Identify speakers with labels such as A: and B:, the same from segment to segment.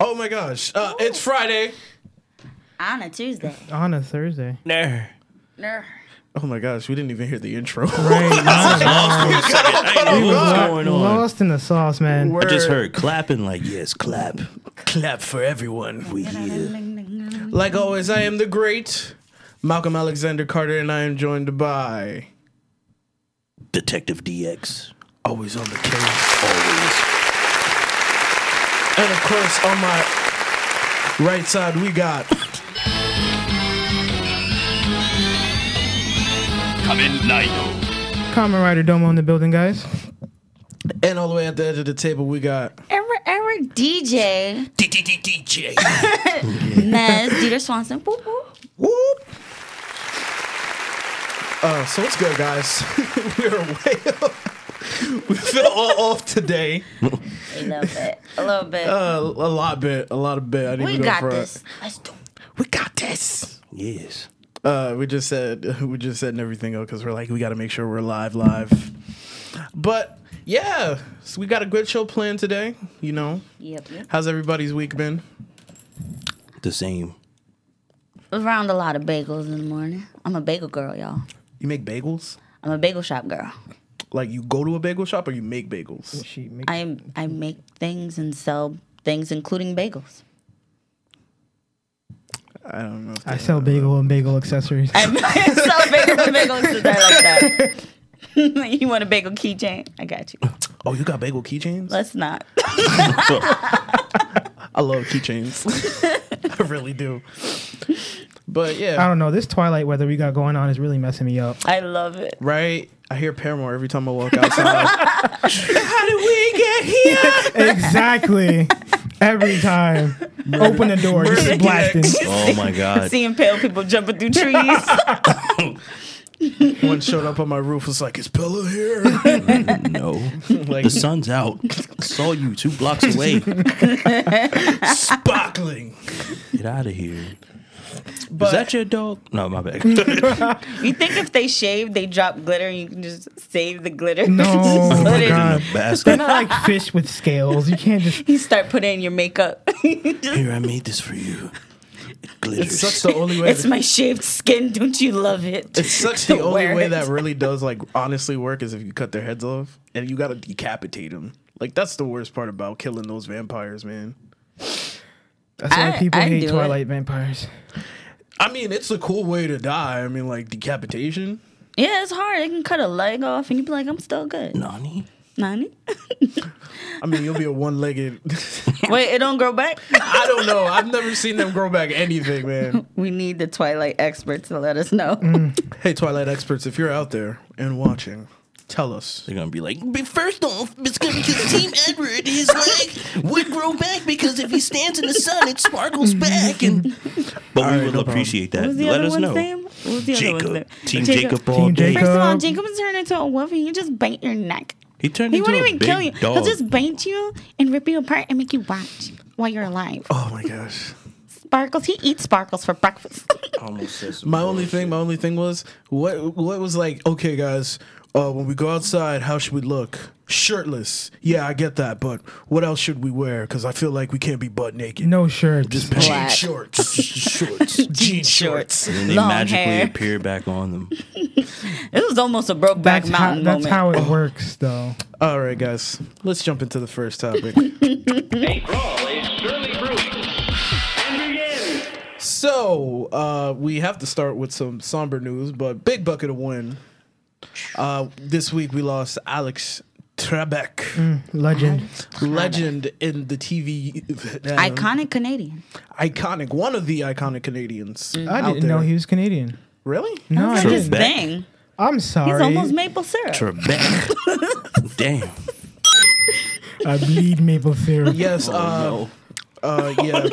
A: Oh my gosh. Uh, it's Friday.
B: On a Tuesday.
C: on a Thursday.
A: Nah.
B: Ner.
A: Oh my gosh, we didn't even hear the intro.
C: Right,
A: Oh, God.
C: lost, lost in the sauce, man.
A: Word.
D: I just heard clapping like yes, clap.
A: Clap for everyone. We here. Like always, I am the great Malcolm Alexander Carter, and I am joined by
D: Detective DX.
A: always on the case, and of course on my right side we got
C: Common Rider Domo in the building, guys.
A: and all the way at the edge of the table we got
B: Ever, ever DJ.
A: DJ.
B: Mez, Dieter Swanson. Boop, boop.
A: Whoop. Uh, so what's good, guys? We're way off. We fell all off today.
B: A little bit. A little bit.
A: Uh, a lot bit, a lot of bit. I didn't
B: we
A: even go
B: got
A: for a-
B: this. Let's do it.
A: We got this.
D: Yes.
A: Uh, we just said we just said everything else because we're like we got to make sure we're live, live. But yeah, so we got a good show planned today. You know,
B: Yep, yep.
A: how's everybody's week been?
D: The same.
B: Around a lot of bagels in the morning. I'm a bagel girl, y'all.
A: You make bagels?
B: I'm a bagel shop girl.
A: Like you go to a bagel shop or you make bagels?
C: She make-
B: I am I make things and sell things including bagels.
A: I don't know. If
C: I sell bagel and bagel accessories.
B: I sell bagels and bagels and stuff like that. you want a bagel keychain? I got you.
A: oh, you got bagel keychains?
B: Let's not.
A: I love keychains. I really do. But
C: I
A: yeah,
C: don't know. This Twilight weather we got going on is really messing me up.
B: I love it.
A: right. I hear Paramore every time I walk outside. How did we get here?
C: exactly. Every time. Open the door. Just blasting.
D: Oh my god.
B: Seeing pale people jumping through trees.
A: One showed up on my roof was like, "Is Pillow here?"
D: No.
A: Like
D: The sun's out. I saw you two blocks away.
A: sparkling.
D: Get out of here.
A: But Oh,
D: Is that your dog? No, my bad.
B: you think if they shave, they drop glitter and you can just save the glitter?
C: No,
B: Just
C: oh
B: put
C: my
B: it-
C: God. They're
D: Bastard.
C: not like fish with scales. You can't just.
B: You start putting in your makeup. Just-
D: Here, I made this for you. It
A: it's
D: glitters.
A: such the only way.
B: it's my shaved skin. Don't you love it?
A: it's such the
B: Don't
A: only
B: wear
A: way
B: it.
A: that really does like honestly work is if you cut their heads off and you gotta decapitate them. Like that's the worst part about killing those vampires, man.
C: That's why
B: I-
C: people
B: I do
C: hate
B: it.
C: Twilight vampires.
A: I mean, it's a cool way to die. I mean, like decapitation.
B: Yeah, it's hard. They can cut a leg off and you be like, I'm still good.
D: Nani?
B: Nani?
A: I mean, you'll be a one-legged
B: Wait, it don't grow back?
A: I don't know. I've never seen them grow back anything, man.
B: We need the Twilight expert to let us know.
C: Mm.
A: Hey, Twilight experts, if you're out there and watching, tell us.
D: They're gonna be like, but first off, it's gonna because Team Edward, his leg would grow back because if he stands in the sun, it sparkles back. And but we will appreciate
B: What was
D: that.
B: the
D: Let
B: other
D: us
B: one's
D: know.
B: name? What was the other one's name?
D: Jacob, Team Jacob, all
C: Team
D: day.
C: Jacob.
B: First of all, Jacob is turned into a wolf and you just bite your neck.
D: He turned
B: He
D: into
B: won't
D: a
B: even
D: big
B: kill you.
D: dog.
B: He'll just bite you and rip you apart and make you watch while you're alive.
A: Oh my gosh.
B: Sparkles, he eats sparkles for breakfast.
D: almost says
A: My only thing, my only thing was what what was like, okay guys, uh when we go outside, how should we look? Shirtless. Yeah, I get that, but what else should we wear? Cuz I feel like we can't be butt naked.
C: No shirts.
A: Jean
B: Black.
A: shorts. shorts. Jean shorts.
D: And they
B: long
D: magically
B: hair.
D: appear back on them.
B: It was almost a broke back
C: That's how,
B: mountain
C: that's
B: moment.
C: how it works, though.
A: All right, guys. Let's jump into the first topic.
E: A crawl is surely brewing. And begin.
A: So uh, we have to start with some somber news, but big bucket of win. Uh, this week we lost Alex Trebek,
C: Legend.
A: legend in the TV, uh,
B: Iconic Canadian.
A: iconic, one of the iconic Canadians.
C: I didn't know he was Canadian.
A: really.
C: No, I
B: That's like his
C: didn't.
D: Trebek.
B: thing.
C: I'm
B: He's
C: sorry.
B: almost maple syrup.
D: Trebek. Damn.
C: I bleed maple syrup.
B: Oh,
A: Yes.
D: Oh,
A: uh, uh, yeah.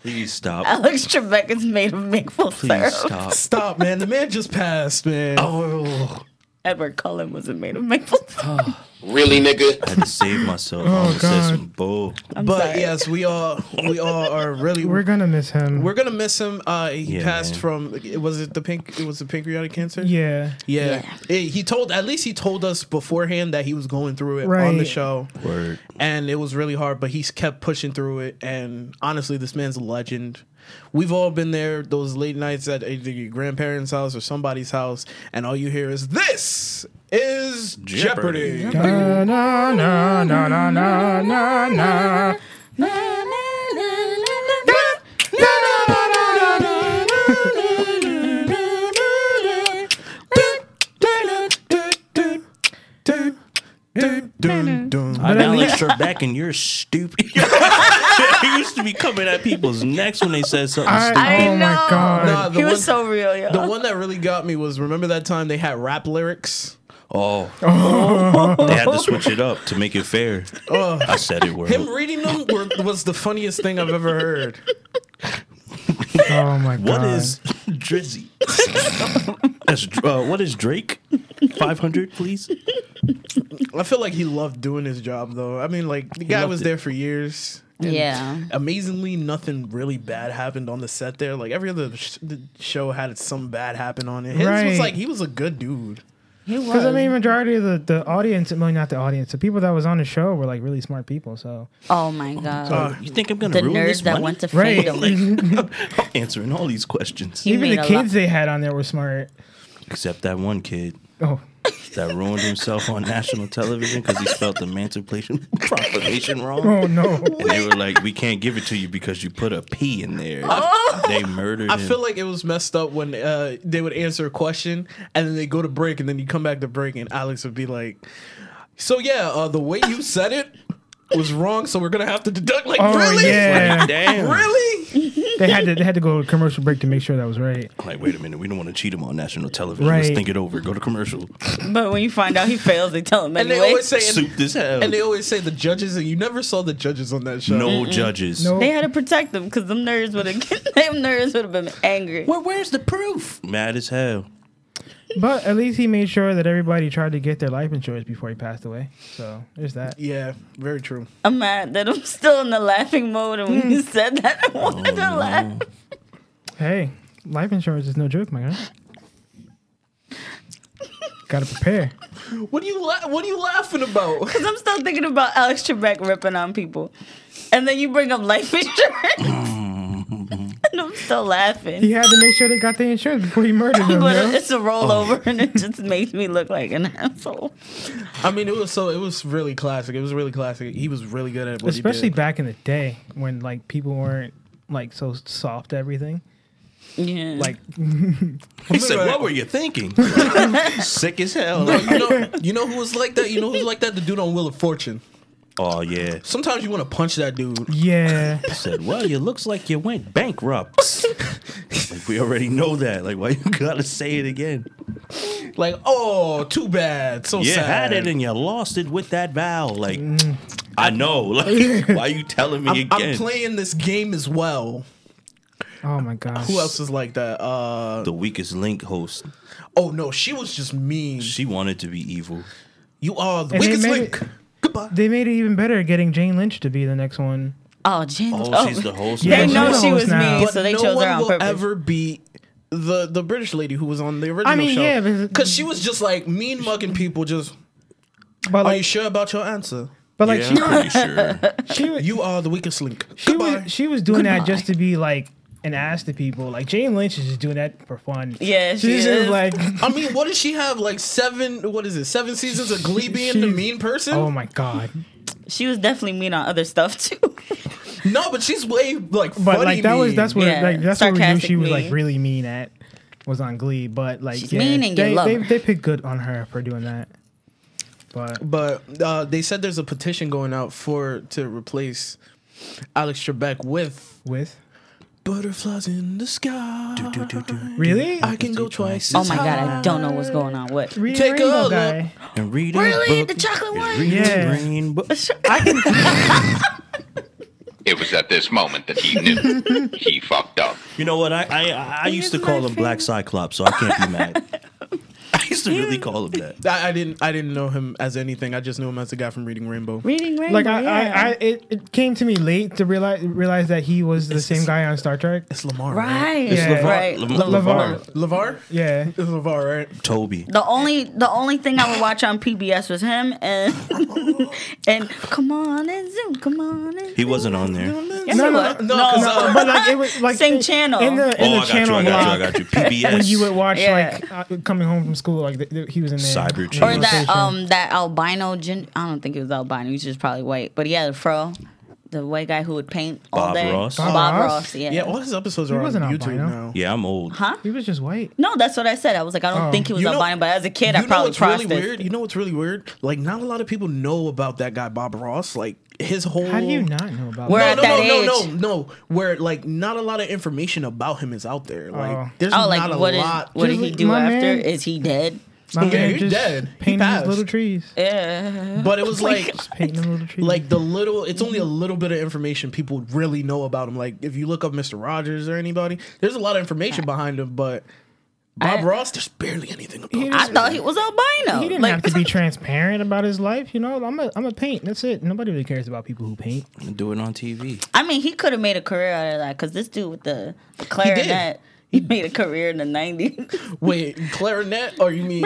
D: Please stop.
B: Alex Trebek is made of maple syrup.
D: Please stop.
A: Stop, man. The man just passed, man.
D: Oh,
B: Edward Cullen wasn't made of maple syrup.
F: Really, nigga?
D: I had to save myself.
B: Oh,
D: I almost said
C: God.
D: some bull.
B: I'm
A: but
B: sorry.
A: yes, we all we all are really
C: We're
A: we're,
C: gonna miss him.
A: gonna miss him. Uh, he
D: Yeah,
A: passed
D: man.
A: from was it the pink? It was the pancreatic cancer.
C: yeah.
A: Yeah.
B: Yeah.
A: Eh, he told at least he told us beforehand that he was going through it on the
C: Right.
A: show.
D: Word.
A: And it was really hard, but he's kept pushing through it. And honestly, this man's a legend. We've all been there those late nights at either your grandparents' house or somebody's house, and all you hear is this is Jeopardy.
D: Jeopardy."
C: Na, Uh, na, na, na, na, na, na, na.
D: I
C: But at
D: now like
C: least-
D: Trebek, and you're stupid. you used to be coming at people's necks when they said something stupid.
C: I,
B: I
C: oh my
B: know.
C: god.
A: Nah, the
B: he
A: one-
B: was so real, yo.
A: The one that really got me was remember that time they had rap lyrics?
D: Oh.
B: Oh.
D: they had to switch it up to make it fair. I said it word.
A: Him reading them were, was the funniest thing I've ever heard.
C: oh my god.
D: What is Drizzy? That's, uh, what is Drake? 500, please?
A: I feel like he loved doing his job though. I mean, like the guy
D: loved
A: was
D: it.
A: there for years.
B: yeah.
A: Amazingly, nothing really bad happened on the set there. Like every other sh- the show had some bad happen on it. His was
C: Right.
A: like he was a good dude.
B: He was.
C: Because I mean, majority of the, the audience, well, not the audience, the people that was on the show were like really smart people. So
B: oh my god.
D: You think I'm going
B: the
D: to ruin
B: nerds
D: this
B: that
D: money?
B: went to
C: Right.
B: freedom.
D: I'm answering all these questions.
B: He
C: even
B: made
C: the
B: a
C: kids
B: lot-
C: they had on there were smart.
D: Except that one kid
C: Oh,
D: that ruined himself on national television because he spelled emancipation proclamation wrong.
C: oh no.
D: And they were like, we can't give it to you because you put a P in there. They murdered
A: Oh, I
D: him.
A: feel like it was messed up when uh, they would answer a question and then they go to break and then you come back to break and Alex would be like, "So yeah, uh, the way you said it was wrong, so we're gonna have to deduct." Like
C: Oh
A: really,
C: yeah.
D: Damn.
A: really?
C: they had to they had to go to commercial break to make sure that was right.
D: Like, wait a minute. We don't want to cheat him on national television. Let's
C: Right.
D: think it over. Go to commercial.
B: but when you find out he fails, they tell him
A: And they
B: anyway.
A: always say,
D: Soup this hell.
A: and they always say the judges, and you never saw the judges on that show.
D: no judges.
C: No.
B: They had to protect them because them nerds would have them nerds would have been angry.
D: Well, where's the proof? Mad as hell.
C: But at least he made sure that everybody tried to get their life insurance before he passed away. So there's that.
A: Yeah, very true.
B: I'm mad that I'm still in the laughing mode, and when you said that, I wanted to laugh.
C: Hey, life insurance is no joke, my guy. Gotta prepare.
A: What are you la- What are you laughing about?
B: Because I'm still thinking about Alex Trebek ripping on people, and then you bring up life insurance, and I'm still laughing.
C: He had to make sure they got the insurance before he murdered them.
B: But
C: yo.
B: it's a rollover, and it just makes me look like an asshole.
A: I mean, it was so. It was really classic. It was really classic. He was really good at what
C: Especially
A: he did.
C: back in the day when like people weren't like so soft to everything.
B: Yeah.
C: Like
D: He said, what were you thinking? Sick as hell.
A: you know, you know who was like that. You know who's like that. The dude on Wheel of Fortune.
D: oh, yeah.
A: Sometimes you want to punch that dude.
C: yeah.
D: said, well, you looks like you went bankrupt. like, we already know that. Like, why you gotta say it again?
A: Like, oh, too bad. So
D: You
A: sad.
D: had it and you lost it with that vowel. Like, I know. Like, why you telling
A: Mm.
D: me
A: I'm,
D: again?
A: I'm playing this game as well.
C: Oh my gosh.
A: Who else is like that? Uh,
D: the weakest link host.
A: oh no, she was just mean.
D: She wanted to be evil.
A: You are the
C: And they
A: weakest
C: made
A: link.
C: it-
A: Goodbye.
C: They made it even better getting Jane Lynch to be the next one.
B: oh, Jane.
D: Oh, she's the host.
C: Yeah,
B: They
C: she's
B: know
C: the
B: she
C: host
B: was
C: now.
B: mean,
C: But
B: so they
A: no
B: chose
A: one
B: her on
A: will
B: purpose.
A: ever beat the the British lady who was on the original
C: mean,
A: show.
C: yeah, but-
A: because she was just like mean mugging people. Just
C: But
A: are you
C: like,
A: sure about your answer?
C: but like
D: yeah, I'm pretty sure.
C: she, she was-
A: You are the weakest link.
C: she
A: Goodbye.
C: was she was doing that just to be like an ass to people. Like Jane Lynch is just doing that for fun.
B: Yeah, she
C: she's
B: is.
C: just like,
A: I mean, what does she have? Like seven? What is it? Seven seasons of Glee being the
C: she's-
A: mean person?
C: oh my god.
B: she was definitely mean on other stuff too.
A: no, but she's way like funny.
C: But like that was that's what
B: Yeah,
C: like that's what we knew
B: sarcastic
C: she was like
B: mean.
C: really mean at was on Glee. But like
B: She's mean and you
C: they,
B: love
C: they,
B: her.
C: they picked good on her for doing that. But
A: But uh, they said there's a petition going out for to replace Alex Trebek with
C: with
A: butterflies in the sky.
C: really
A: I can go twice.
B: Oh
A: as
B: my god,
A: high.
B: I don't know what's going on. What?
C: Read
A: Take a
C: Rainbow
A: look.
C: Guy.
D: And read a
B: Really?
D: book
B: The chocolate
D: and
B: one?
D: read a
C: Yeah.
D: green book.
G: It was at this moment that he knew he fucked up.
D: You know what? I I, I used to call him Black Cyclops, so I can't be mad. I used used to really call him that.
A: I, I didn't. I didn't know him as anything. I just knew him as the guy from Reading Rainbow.
B: Reading Rainbow.
C: Like I,
B: yeah.
C: I, I it, it came to me late to realize realize that he was the same guy on Star Trek.
A: It's Lamar.
B: right.
C: It's LeVar-
B: right.
D: Lamar-
C: Lavar.
A: Lavar.
C: Yeah,
A: It's Lavar, right?
D: Toby.
B: The only the only thing I would watch on PBS was him and and come on and zoom, come on and
D: He wasn't on there. Oh,
B: Yes,
C: No,
B: it
C: no,
B: was.
A: no,
B: no,
A: 'cause, uh,
C: but like it was like
B: Oh, Same
C: in-
B: channel.
C: in the in the
D: oh, I got you.
C: channel
D: I got you. I
C: block.
D: got you. PBS.
C: When you would watch
B: Yeah.
C: like uh, coming home from school, like th- th- he was in there.
D: Cyber
C: Yeah.
B: or
D: Chase.
B: that um that albino gen- I don't think he was albino. He's just probably white, but he had a fro. The white guy who would paint all
D: Bob
B: day.
D: Ross?
B: Bob,
C: Bob Ross?
B: Ross. Yeah.
A: Yeah, oh. all his episodes are on
C: wasn't
A: YouTube
C: albino.
A: now.
D: yeah, I'm old.
B: huh?
C: He was just white.
B: No, that's what I said. I was like, I don't
C: Oh.
B: think he was
A: You know-
B: albino, but as a kid, I
A: you know
B: probably
A: what's really
B: processed.
A: weird? You know what's really weird? Like, not a lot of people know about that guy Bob Ross. Like his whole.
C: How do you not know about
B: Where-
C: that?
A: No,
B: at
A: no,
B: that
A: no, no, no,
B: age?
A: no. Where like not a lot of information about him is out there. Like
C: Oh.
A: there's
B: Oh,
A: not
B: like
A: a
B: what is
A: lot.
B: what did
C: Just
B: he
C: like
B: do
C: my
B: after?
C: man-
B: Is he dead?
C: My
A: Yeah,
C: man
A: you're
C: just
A: dead. He
C: painting his
A: passed.
C: little trees.
B: Yeah.
A: But it was like
C: Just painting his little trees.
A: like the little. It's only a little bit of information people really know about him. Like if you look up Mister Rogers or anybody, there's a lot of information behind him. But Bob
B: I-
A: Ross, there's barely anything about. him.
B: I thought he was albino.
C: he didn't
B: like
C: have to be transparent about his life, you know. I'm a I'm a paint. That's it. Nobody really cares about people who paint.
D: Do it on TV.
B: I mean, he could have made a career out of that because this dude with the, the clarinet, he, made a career in the nineties.
A: Wait, clarinet? Or you mean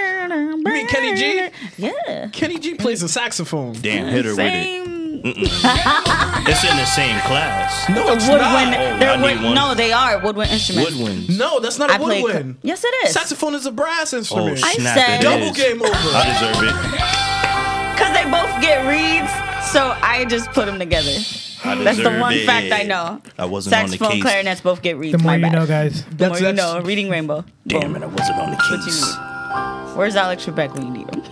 B: mean
A: Kenny G?
B: Yeah.
A: Kenny G plays the saxophone?
D: Damn, hit her with it.
B: Same.
D: It's in the same class.
A: No, it's
B: Woodwind.
A: not.
D: Oh,
B: they're
D: I need
B: wood-
D: one.
B: no, they are woodwind instruments.
D: Woodwinds.
A: No, that's not a
B: I play.
A: woodwind.
B: yes, it is.
A: Saxophone is a brass
D: Oh,
A: instrument.
D: snap.
B: said-
D: it
A: Double
D: is.
A: game over.
D: I deserve it.
B: Because they both get reeds, so I just put them together.
D: I deserve
B: That's the one
D: it.
B: fact I know.
D: I wasn't on the
B: Saxophone,
D: case.
B: clarinets both get
C: The
B: reeds.
C: more
B: My
C: you
B: bad.
C: know, guys.
B: The
A: That's-
B: more you
A: that's-
B: know. Reading Rainbow.
D: Damn
B: Boom.
D: it, I wasn't on the
B: What you
D: case.
B: need. Where's Alex Trebek when you need him?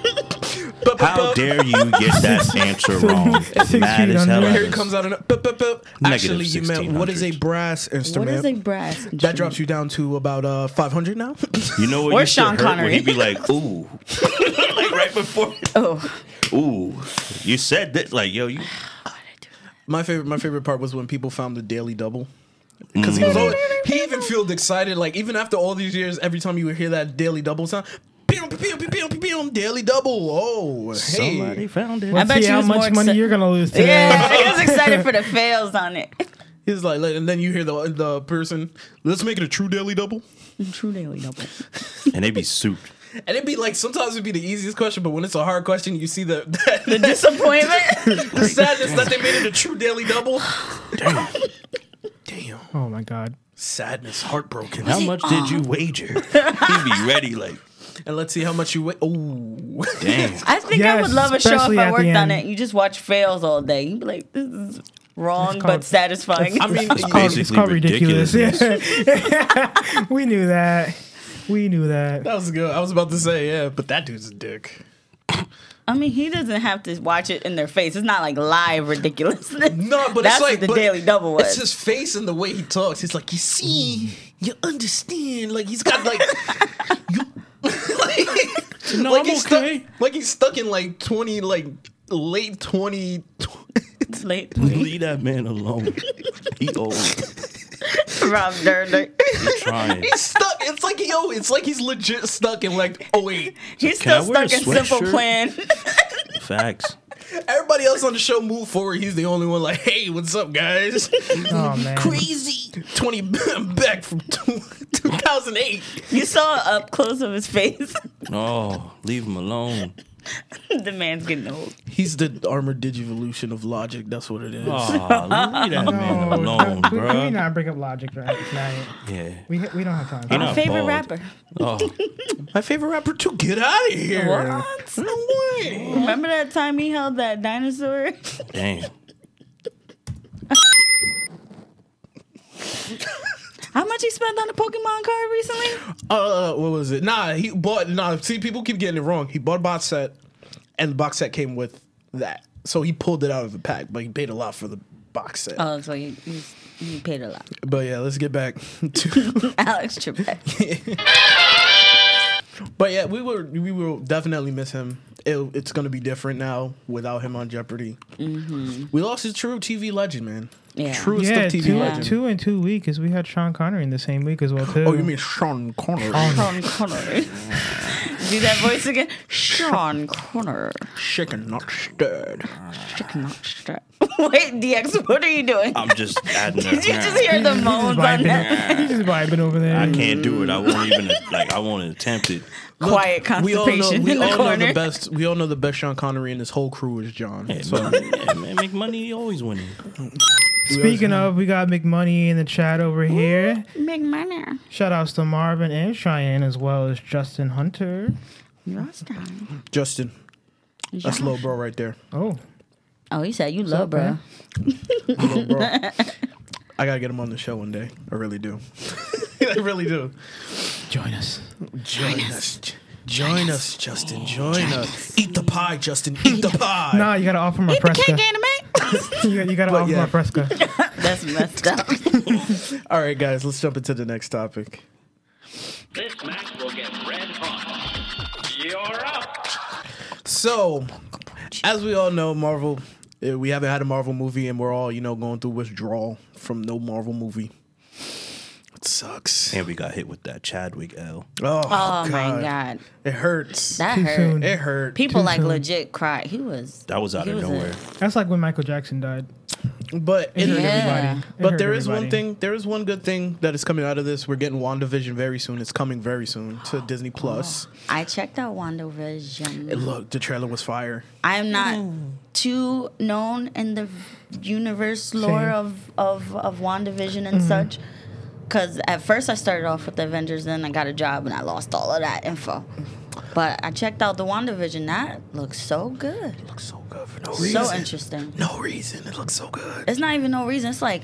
A: Bup, bup,
D: How
A: bup.
D: dare you get that answer wrong? It's
C: Six
D: mad
C: feet
D: as hell.
C: under.
D: at
A: Here
D: us.
A: it comes out. Of, bup, bup, bup. Actually, you meant what is a
D: 1600s.
A: brass
B: What
A: instrument?
B: is a brass?
A: that drops you down to about uh 500 now.
D: You know what?
B: Or
D: you should
B: Sean
D: hurt when
B: Connery.
D: He'd be like, ooh. like right before.
B: Oh,
D: Ooh. You said that. Like, yo, you.
A: my favorite, my favorite part was when people found the daily double. Because he was always, he even felt excited. Like even after all these years, every time you would hear that daily double sound, pew, pew, pew, pew, pew, pew, daily double. Oh, hey.
D: found it.
B: I bet
C: See
B: you
C: how
B: was
C: much
B: more
C: money
B: exci-
C: you're gonna lose today.
B: yeah. I was excited for the fails on it.
A: He's like, like- and then you hear the the person, let's make it a true daily double.
B: True Daily Double.
D: And they be souped.
A: And it'd be like sometimes it'd be the easiest question, but when it's a hard question, you see the
B: The disappointment.
A: the sadness that they made it a true daily double. Damn. Damn.
C: Oh my god.
A: Sadness, heartbroken.
D: How much did you wager? He'd be ready, like,
A: And let's see how much you weigh. Oh.
D: damn.
B: I think I
C: Yes,
B: would love a show if
C: especially
B: I
C: at the
B: worked on
C: end.
B: it. You just watch fails all day. You'd be like, this is wrong
C: It's called-
B: but satisfying.
A: I mean,
C: It's called, it's
D: basically
C: called ridiculous.
D: ridiculousness.
C: Yeah. we knew that. We knew that.
A: that was good. I was about to say, yeah, but that dude's a dick.
B: I mean, he doesn't have to watch it in their face. It's not like live ridiculousness.
A: No, but
B: That's
A: it's like
B: what the
A: but
B: Daily Double was.
A: It's his face and the way he talks. He's like, you see, you understand. Like he's got like you. like,
D: No, I'm
A: he's stuck-
D: okay.
A: like he's stuck in like twenty, like late twenty.
B: It's late.
D: Leave that man alone. He old.
B: Rob Durden.
D: He trying.
A: He's stuck. It's like yo. It's like he's legit stuck in like oh wait.
B: He's
D: Can I
B: still
D: wear a
B: stuck in Simple
D: sweatshirt?
B: Plan.
D: Facts.
A: Everybody else on the show move forward. He's the only one like hey, what's up guys?
C: Oh man.
A: Crazy. Twenty back from two thousand eight.
B: you saw up close of his face.
D: No, leave him alone.
B: the man's getting old.
A: He's the armored digivolution of logic. That's what it is.
D: Oh, leave that man
C: No,
D: alone,
C: Oh, we, we, we
D: bro.
C: not bring up logic right tonight.
D: Yeah.
C: We we don't have time.
D: He
C: for
D: not
B: Favorite
D: bald.
B: rapper.
D: Oh,
A: My favorite rapper too. Get out of here.
B: What?
A: No way.
B: Remember that time he held that dinosaur?
D: damn.
B: How much he spent on a Pokemon card recently?
A: Uh, what was it? Nah, he bought. Nah, see, people keep getting it wrong. He bought a box set, and the box set came with that. So he pulled it out of the pack, but he paid a lot for the box set.
B: Oh, so he, he's, he paid a lot.
A: but yeah, let's get back to.
B: Alex Trebek.
A: but yeah, we were we will definitely miss him. It, it's gonna be different now without him on Jeopardy. We lost a true TV legend, man.
B: Mm-hmm. Yeah.
A: Truest
C: Yeah,
A: of TV
C: two,
A: legend.
C: two and two week because we had Sean Connery in the same week as well too.
A: Oh, you mean Sean Connery?
B: Sean Connery. do that voice again? Sean Connor.
A: Chicken not stirred.
B: Chicken not strap. Wait, DX, what are you doing?
D: I'm just adding
B: Did you
D: that.
B: just hear the
C: He's
B: moans
C: just
B: on
C: vibing.
B: that
C: He's just vibing over there.
D: I can't do it. I won't even like. I won't attempt it.
B: quiet
A: We all know,
B: constipation
A: we
B: in the
A: all know the
B: corner?
A: best. We all know the best Sean Connery and his whole crew is John.
D: Yeah,
A: so
D: man, yeah, man, make money. You always winning.
C: Speaking of, we got McMoney in the chat over here.
B: Big money.
C: Shout outs to Marvin and Cheyenne as well as Justin Hunter.
B: Yours done.
A: Justin, that's little bro right there.
C: Oh,
B: Oh, you said you love,
C: up,
B: bro.
C: man?
A: Little bro. I gotta get him on the show one day. I really do. I really do.
C: join us.
A: Join us. Join us, Justin. Join us. Eat the pie, Justin. Eat the pie.
C: Nah, you gotta offer my
B: Eat the cake,
C: Fresca.
B: anime.
C: You, gotta- you gotta
A: But
C: offer
A: yeah.
C: my Fresca.
B: That's messed up.
A: All right, guys, let's jump into the next topic.
E: This match will get red hot. You're up.
A: So, as we all know, Marvel, eh, we haven't had a Marvel movie, and we're all, you know, going through withdrawal from no Marvel movie. It sucks.
D: And we got hit with that Chadwick L.
A: Oh,
B: Oh my god,
A: It hurts.
B: that
C: Too
B: hurt.
C: soon.
A: it hurt.
B: People like
C: soon.
B: legit cried. He was.
D: That was out
B: He
D: of
B: was a-
D: nowhere.
C: That's like when Michael Jackson died.
A: but
C: It
A: it,
C: hurt
B: Yeah.
C: everybody. It
A: But
C: hurt
A: there is one
C: everybody.
A: thing. There is one good thing that is coming out of this. We're getting WandaVision very soon. It's coming very soon to Disney Plus.
B: I checked out WandaVision.
A: And Look, the trailer was fire.
B: I'm not
A: Hmm.
B: too known in the universe lore of, of, of WandaVision and
A: Mm-hmm.
B: such. Because at first I started off with the Avengers, then I got a job and I lost all of that info. But I checked out the WandaVision. That looks so good.
A: Looks so good for no
B: So interesting.
A: No reason. It looks so good.
B: It's not even no reason. It's like,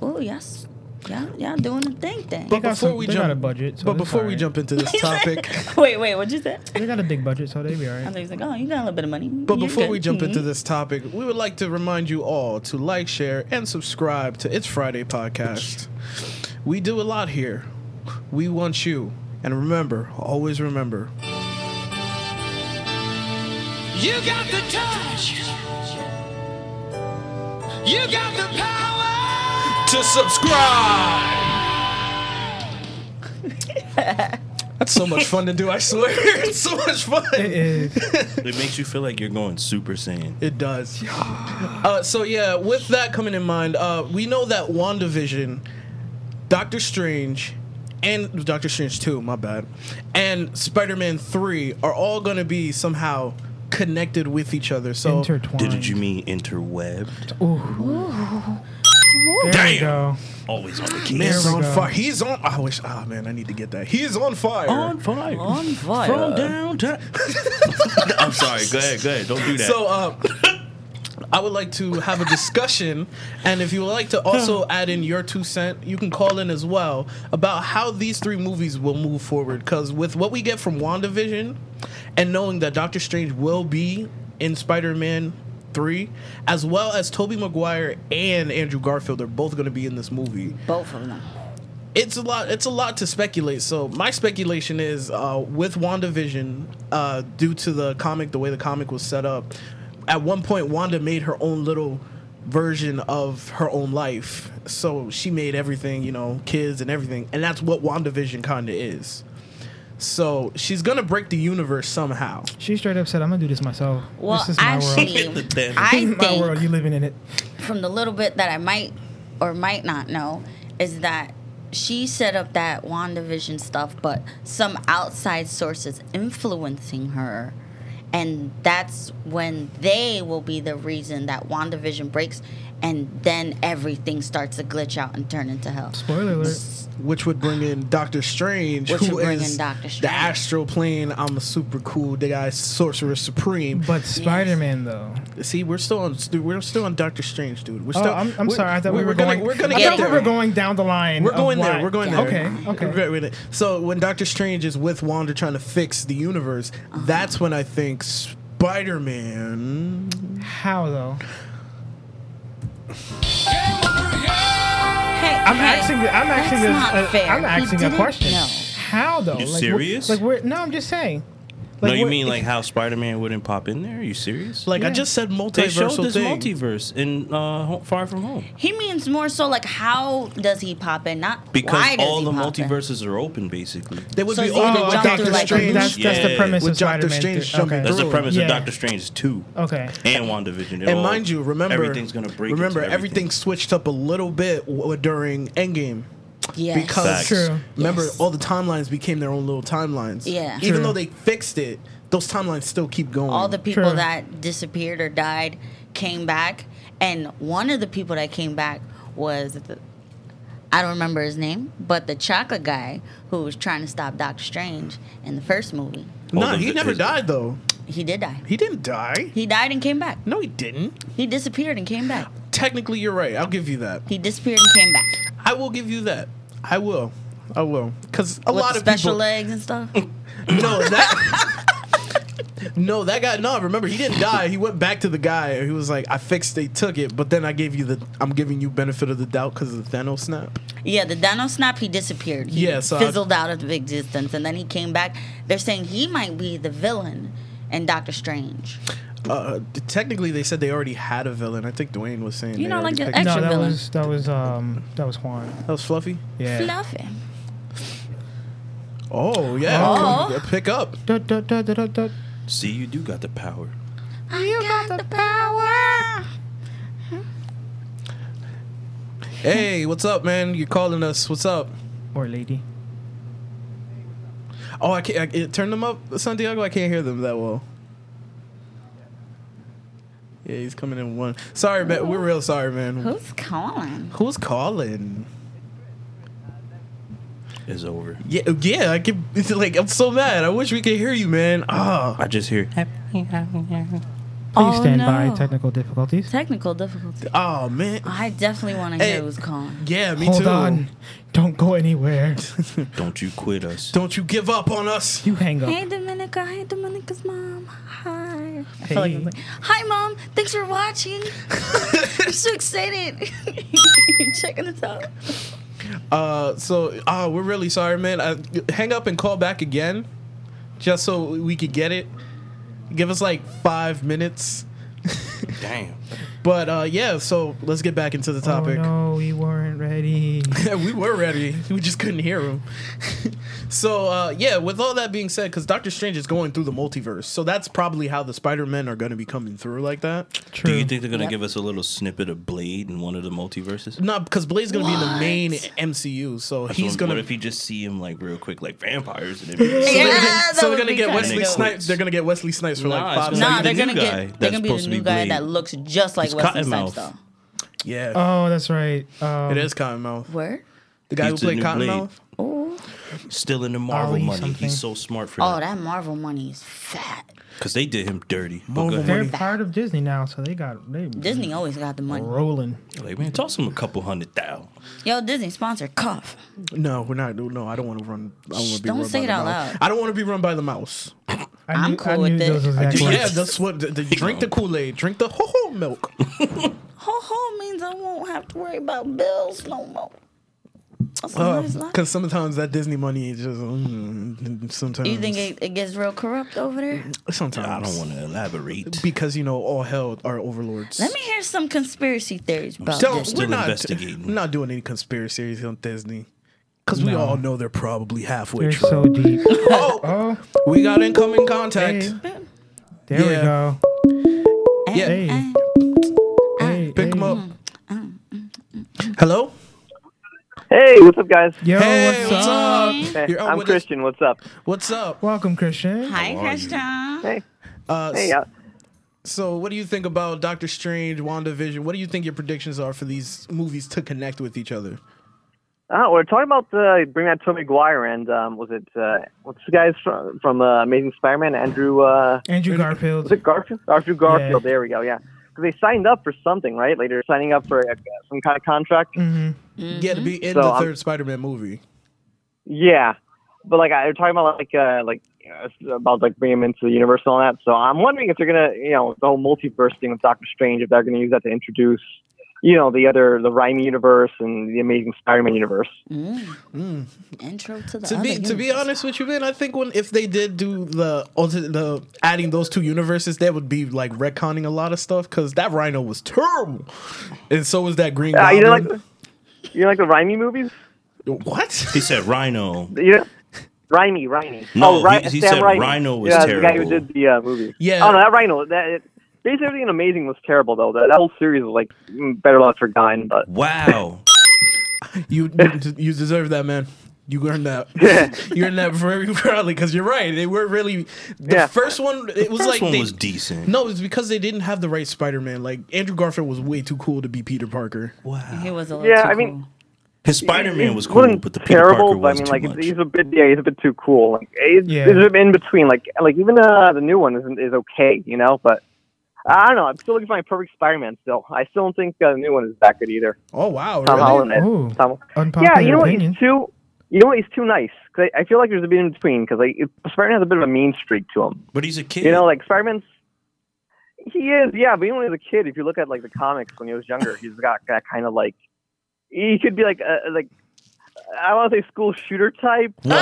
B: oh, yes. Yeah, yeah, doing the thing thing.
A: But
C: got
A: before
C: some-
A: we
C: they
A: jump,
C: got a budget, so
A: but
C: it's
A: before we
C: alright.
A: jump into this topic,
B: wait, wait, what'd you say?
C: They got a big budget, so they be
B: I
C: alright.
B: was like, oh, you Mm-hmm. Mhm. got a little bit of money.
A: But before we jump into this topic, we would like to remind you all to like, share, and subscribe to It's Friday podcast. We do a lot here. We want you. And remember, always remember.
F: You got the touch. You got the power to subscribe.
A: That's so much fun to do, I swear. It's so much fun.
C: It is.
D: It makes you feel like you're going Super Saiyan.
A: It does. Uh, so yeah, with that coming in mind, uh, we know that WandaVision, Doctor Strange, and Doctor Strange Two, my bad, and Spider Man Three are all going to be somehow connected with each other. So
C: intertwined.
D: Did you mean interwebbed?
C: There
D: Damn.
C: we go.
D: Always on the case.
A: man's
C: There we
A: on
C: go.
A: fire. He's on. I wish. Ah man, I need to get that. He's on fire.
D: fire.
B: on
D: From
B: fire.
D: downtown. I'm sorry. Go ahead. Go ahead. Don't do that.
A: So, uh, I would like to have a discussion, and if you would like to also add in your two cent, you can call in as well about how these three movies will move forward. Because with what we get from WandaVision, and knowing that Doctor Strange will be in Spider-Man. Three, as well as Toby Maguire and Andrew Garfield are both going to be in this movie.
B: Both of them.
A: It's a lot. It's a lot to speculate. So my speculation is uh, with WandaVision, uh, due to the comic, the way the comic was set up, at one point Wanda made her own little version of her own life. So she made everything, you know, kids and everything, and that's what WandaVision kind of is. So she's gonna break the universe somehow.
C: She straight up said, "I'm gonna do this myself.
B: Well,
C: this is my world.
B: actually,
D: The damn-
B: I
C: This is my
B: think
C: world. You living in it?
B: from the little bit that I might or might not know is that she set up that WandaVision stuff, but some outside sources influencing her. And that's when they will be the reason that WandaVision breaks and then everything starts to glitch out and turn into hell.
C: Spoiler alert.
A: Which would bring in Doctor Strange,
B: Which
A: who
B: would bring
A: is
B: in Doctor Strange.
A: the astral plane. I'm a super cool the guy, Sorcerer Supreme.
C: But Spider-Man though.
A: See, we're still on. dude, We're still on Doctor Strange, dude. We're still.
C: oh, I'm, I'm
A: we're-
C: sorry. I thought we
A: we're
C: were,
A: gonna-
C: going.
A: We're gonna
C: I
A: get
C: thought we
A: there.
C: were going down the line.
A: We're
C: of
A: going there.
C: why-
A: We're going
B: Yeah.
A: there.
C: Okay, okay.
A: We're going there. So when Doctor Strange is with Wanda trying to fix the universe, that's when I think Spider-Man.
C: How though?
B: Hey,
C: I'm
B: hey,
C: asking. I'm
B: that's
C: asking. this-
B: not
C: uh,
B: fair.
C: I'm
B: He
C: asking a
B: didn't
C: question.
B: know.
C: How though?
D: You
C: wh-
D: serious?
C: Like, we're, no, I'm just saying.
D: no, you
C: what-
D: mean like how Spider-Man wouldn't pop in there? Are you serious?
A: Like I
C: Yeah.
A: just said,
D: they showed
A: multiversal
D: this
A: thing.
D: multiverse in uh, Ho- Far From Home
B: He means more so like how does he pop in, not
D: because
B: why does
D: all
B: he
D: the
B: pop in.
D: multiverses are open basically.
A: They would
B: So
A: be
B: it's like
A: open
B: a
A: with
B: jump
A: Doctor
B: through, like,
A: Strange.
C: Oh, That's, that's the
D: Yeah.
C: premise
A: With
C: of
A: Doctor
C: Spider-Man.
A: Strange
C: three.
A: jumping
C: okay.
D: That's the
A: Through.
D: premise
C: Yeah.
D: of Doctor Strange two
C: Okay.
D: and WandaVision. It
A: And
D: all-
A: mind you, remember
D: everything's gonna break. into
A: Remember,
D: everything.
A: everything switched up a little bit w- during Endgame
B: Yes.
A: because
D: Facts.
C: True.
A: remember
B: Yes.
A: all the timelines became their own little timelines.
B: Yeah.
A: even
C: True.
A: though they fixed it, those timelines still keep going.
B: all the people
C: True.
B: that disappeared or died came back, and one of the people that came back was the, I don't remember his name, but the chocolate guy who was trying to stop Doctor Strange in the first movie.
A: no,
D: All the-
A: he never
D: his-
A: died though.
B: He did die.
A: He didn't die.
B: He died and came back.
A: No, he didn't.
B: He disappeared and came back.
A: Technically, you're right. I'll give you that.
B: He disappeared and came back.
A: I will give you that. I will. I will. Because a
B: With
A: lot
B: the
A: of
B: special
A: people.
B: legs and stuff.
A: No, that. no, that guy. No, remember he didn't die. He went back to the guy. He was like, "I fixed. They took it, but then I gave you the. I'm giving you benefit of the doubt because of the Thanos snap.
B: Yeah, the Dino Snap, he disappeared. He
A: Yeah, so I-
B: fizzled out of existence, and then he came back. They're saying he might be the villain in Doctor Strange.
A: Uh, technically, they said they already had a villain. I think Dwayne was saying.
B: You
A: they
B: know,
A: already
B: like the
A: picked-
B: Extra
C: No, that
B: villain.
C: was that was um that was Juan.
A: that was Fluffy.
C: Yeah.
B: Fluffy.
A: Oh yeah,
B: Oh.
A: Okay, pick up.
C: Da, da, da, da, da, da.
D: see, you do got the power.
B: I got the power.
A: Hey, what's up, man? You're calling us. What's up?
C: Or lady.
A: Oh, I can't. I, it, turn them up, Santiago. I can't hear them that well. Yeah, he's coming in one. Sorry, man. We're real sorry, man.
B: Who's calling?
A: Who's calling?
D: Is over.
A: Yeah, oh, yeah. I can. It's like I'm so mad. I wish we could hear you, man. Ah,
D: I just hear.
C: Please
B: Oh,
C: stand
B: no.
C: by technical difficulties.
B: Technical difficulty.
A: oh man.
B: I definitely want to hear
A: Hey.
B: who's calling.
A: Yeah, me
C: Hold
A: too.
C: on. Don't go anywhere.
D: Don't you quit us.
A: Don't you give up on us.
C: You hang up.
B: Hey, Dominica. Hey, Dominica's mom. Hi. I feel like
C: Hey.
B: I'm like, hi, mom. Thanks for watching. I'm so excited. You're checking us out.
A: Uh, so ah, we're really sorry, man. I, hang up and call back again, just so we could get it. Give us like five minutes.
D: Damn.
A: But uh, yeah, so let's get back into the topic.
C: Oh, no, we weren't ready.
A: we were ready. We just couldn't hear him. so uh, yeah, with all that being said, because Doctor Strange is going through the multiverse, so that's probably how the Spider Men are going to be coming through like that.
D: Do
C: True.
D: you think they're gonna
B: Yep.
D: give us a little snippet of Blade in one of the multiverses?
A: Not because Blade's going to be in the
B: What?
A: main MCU, so
D: That's
A: he's
D: what-
A: going to.
D: What if you just see him like real quick, like vampires? And everything?
B: Yeah, that
A: so they're
B: would
A: gonna
B: be
A: get
B: kinda
A: Wesley
D: dope.
A: Snipes. They're gonna get Wesley Snipes for
D: Nah,
A: like
D: it's
A: five
D: gonna
A: seconds.
B: Nah,
D: be
B: they're
D: the
B: gonna
D: new
B: get.
D: guy
B: They're
D: that's
B: gonna be
D: supposed
B: the
D: to be
B: new guy
D: Blade.
B: that looks just like
D: It's
B: Wesley
D: Cottonmouth.
B: Snipes, though.
A: Yeah,
C: Oh, that's right. Um,
A: it is Cottonmouth.
B: Where?
A: The guy who
D: He's the
A: played
D: new Blade.
A: Cottonmouth.
B: Oh,
D: Still in the Marvel
C: Ollie
D: money.
C: something.
D: He's so smart for
B: oh,
D: that
B: that Marvel money is fat.
D: because they did him dirty. But
A: Marvel
D: go
C: They're
D: ahead.
B: Money.
C: part of Disney now, so they got they
B: Disney always got the money.
C: rolling.
D: Like man, toss him a couple hundred thousand.
B: Yo, Disney sponsor, cough.
A: No, we're not. No, I don't want to run. I don't want
B: Shh,
A: to be
B: don't
A: run
B: say
A: by
B: it
A: the
B: out
A: mouse.
B: loud.
A: I don't want to be run by the mouse.
C: I
B: I'm
C: knew,
B: cool
C: I
B: with
C: knew
B: it.
C: those exact words.
A: yeah, that's what. The, the, drink the Kool Aid. Drink the ho ho milk.
B: Ho ho means I won't have to worry about bills no more. That's a nice life.
A: Because sometimes that Disney money is just mm, sometimes.
B: You think it, it gets real corrupt over there?
A: sometimes
D: I don't want to elaborate.
A: because you know all hell are overlords.
B: Let me hear some conspiracy theories about
A: Don't.
B: Disney.
A: we're
D: still
A: not.
D: investigating.
A: We're not doing any conspiracies on Disney. Because we
C: No.
A: all know they're probably halfway
C: They're
A: true.
C: so deep.
A: oh,
C: Oh,
A: we got incoming contact.
C: hey. There
A: Yeah.
C: we go.
A: Yeah,
C: Hey,
B: Hey,
C: hey,
A: pick
C: hey.
A: them up.
B: Mm,
A: Hello.
H: Hey, what's up, guys?
C: Yo,
A: Hey,
C: what's,
A: what's
C: up?
A: up?
H: Hey,
A: You're out
H: I'm
A: with us.
H: Christian. What's up?
A: What's up?
C: Welcome, Christian.
B: Hi,
D: are you?
B: Christian.
H: Hey,
A: Uh,
H: hey, uh,
A: So, what do you think about Doctor Strange, WandaVision? What do you think your predictions are for these movies to connect with each other?
H: uh, we're talking about uh, bring that Tobey Maguire and um, was it uh, what's the guys from from uh, Amazing Spider-Man? Andrew uh,
C: Andrew
H: was
C: Garfield.
H: it Garfield? Andrew Garfield.
C: Yeah.
H: There we go. Yeah, because they signed up for something, right? Like they're signing up for uh, some kind of contract.
A: Mm-hmm. Yeah, to be in
H: So,
A: the
H: I'm-
A: 3rd Spider-Man movie.
H: Yeah, but like I- they're talking about like uh, like uh, about like bringing him into the universe and all that. So I'm wondering if they're gonna you know the whole multiverse thing with Doctor Strange if they're gonna use that to introduce you know, the other, the Rhyme universe and the Amazing Spider-Man universe.
B: Intro to the
A: To
B: other
A: be to be
B: universe.
A: honest with you, man, I think when if they did do the alter- the adding those two universes, that would be like retconning a lot of stuff because that Rhino was terrible, and so was that Green
H: Uh,
A: Goblin.
H: you know, like, the- you know, like the Rhymey movies.
A: what?
D: He said Rhino.
H: You know, Rhymey, Rhymey.
D: No,
H: Ry-
D: he- he
H: Sam
D: said
H: Raimi.
D: Rhino was
H: yeah, the guy who
D: terrible.
H: did the uh, movie.
A: Yeah.
H: Oh no, that Rhino. That it, basically, everything in Amazing was terrible though. That, that whole series was like mm, better left forgotten. But
D: Wow.
A: You you- you deserve that, man. You earned that. you earned that very proudly because you're right. They were really the
H: Yeah.
A: first one. It was
D: First
A: like
D: one
A: they-
D: was decent.
A: no, it's because they didn't have the right Spider-Man. Like Andrew Garfield was way too cool to be Peter Parker.
B: he
D: Wow.
B: was a little
H: Yeah,
B: too
H: I mean-
B: cool.
D: His Spider Man
H: It
D: was cool,
H: wasn't
D: but the Peter Parker was
H: but I mean,
D: too
H: like
D: much.
H: he's a bit, yeah, he's a bit too cool. Like it's,
C: Yeah.
H: it's in between. Like, like even uh, the new one is is okay, you know. But I don't know. I'm still looking for my perfect Spider-Man. Still, I still don't think uh, the new one is that good either.
A: Oh wow,
H: Tom
A: really?
H: Holland. is-
C: Ooh.
H: Tom-
C: Unpopular
H: yeah, you know what?
C: opinion.
H: He's too. You know what? He's too nice. 'Cause I, I feel like there's a bit in between because like it- Spider-Man has a bit of a mean streak to him.
D: but he's a kid.
H: You know, like Spider-Man's. He is, yeah, but even when he was a kid, if you look at like the comics when he was younger, he's got that kind of like. He could be like a like. I want to say school shooter type.
D: Whoa.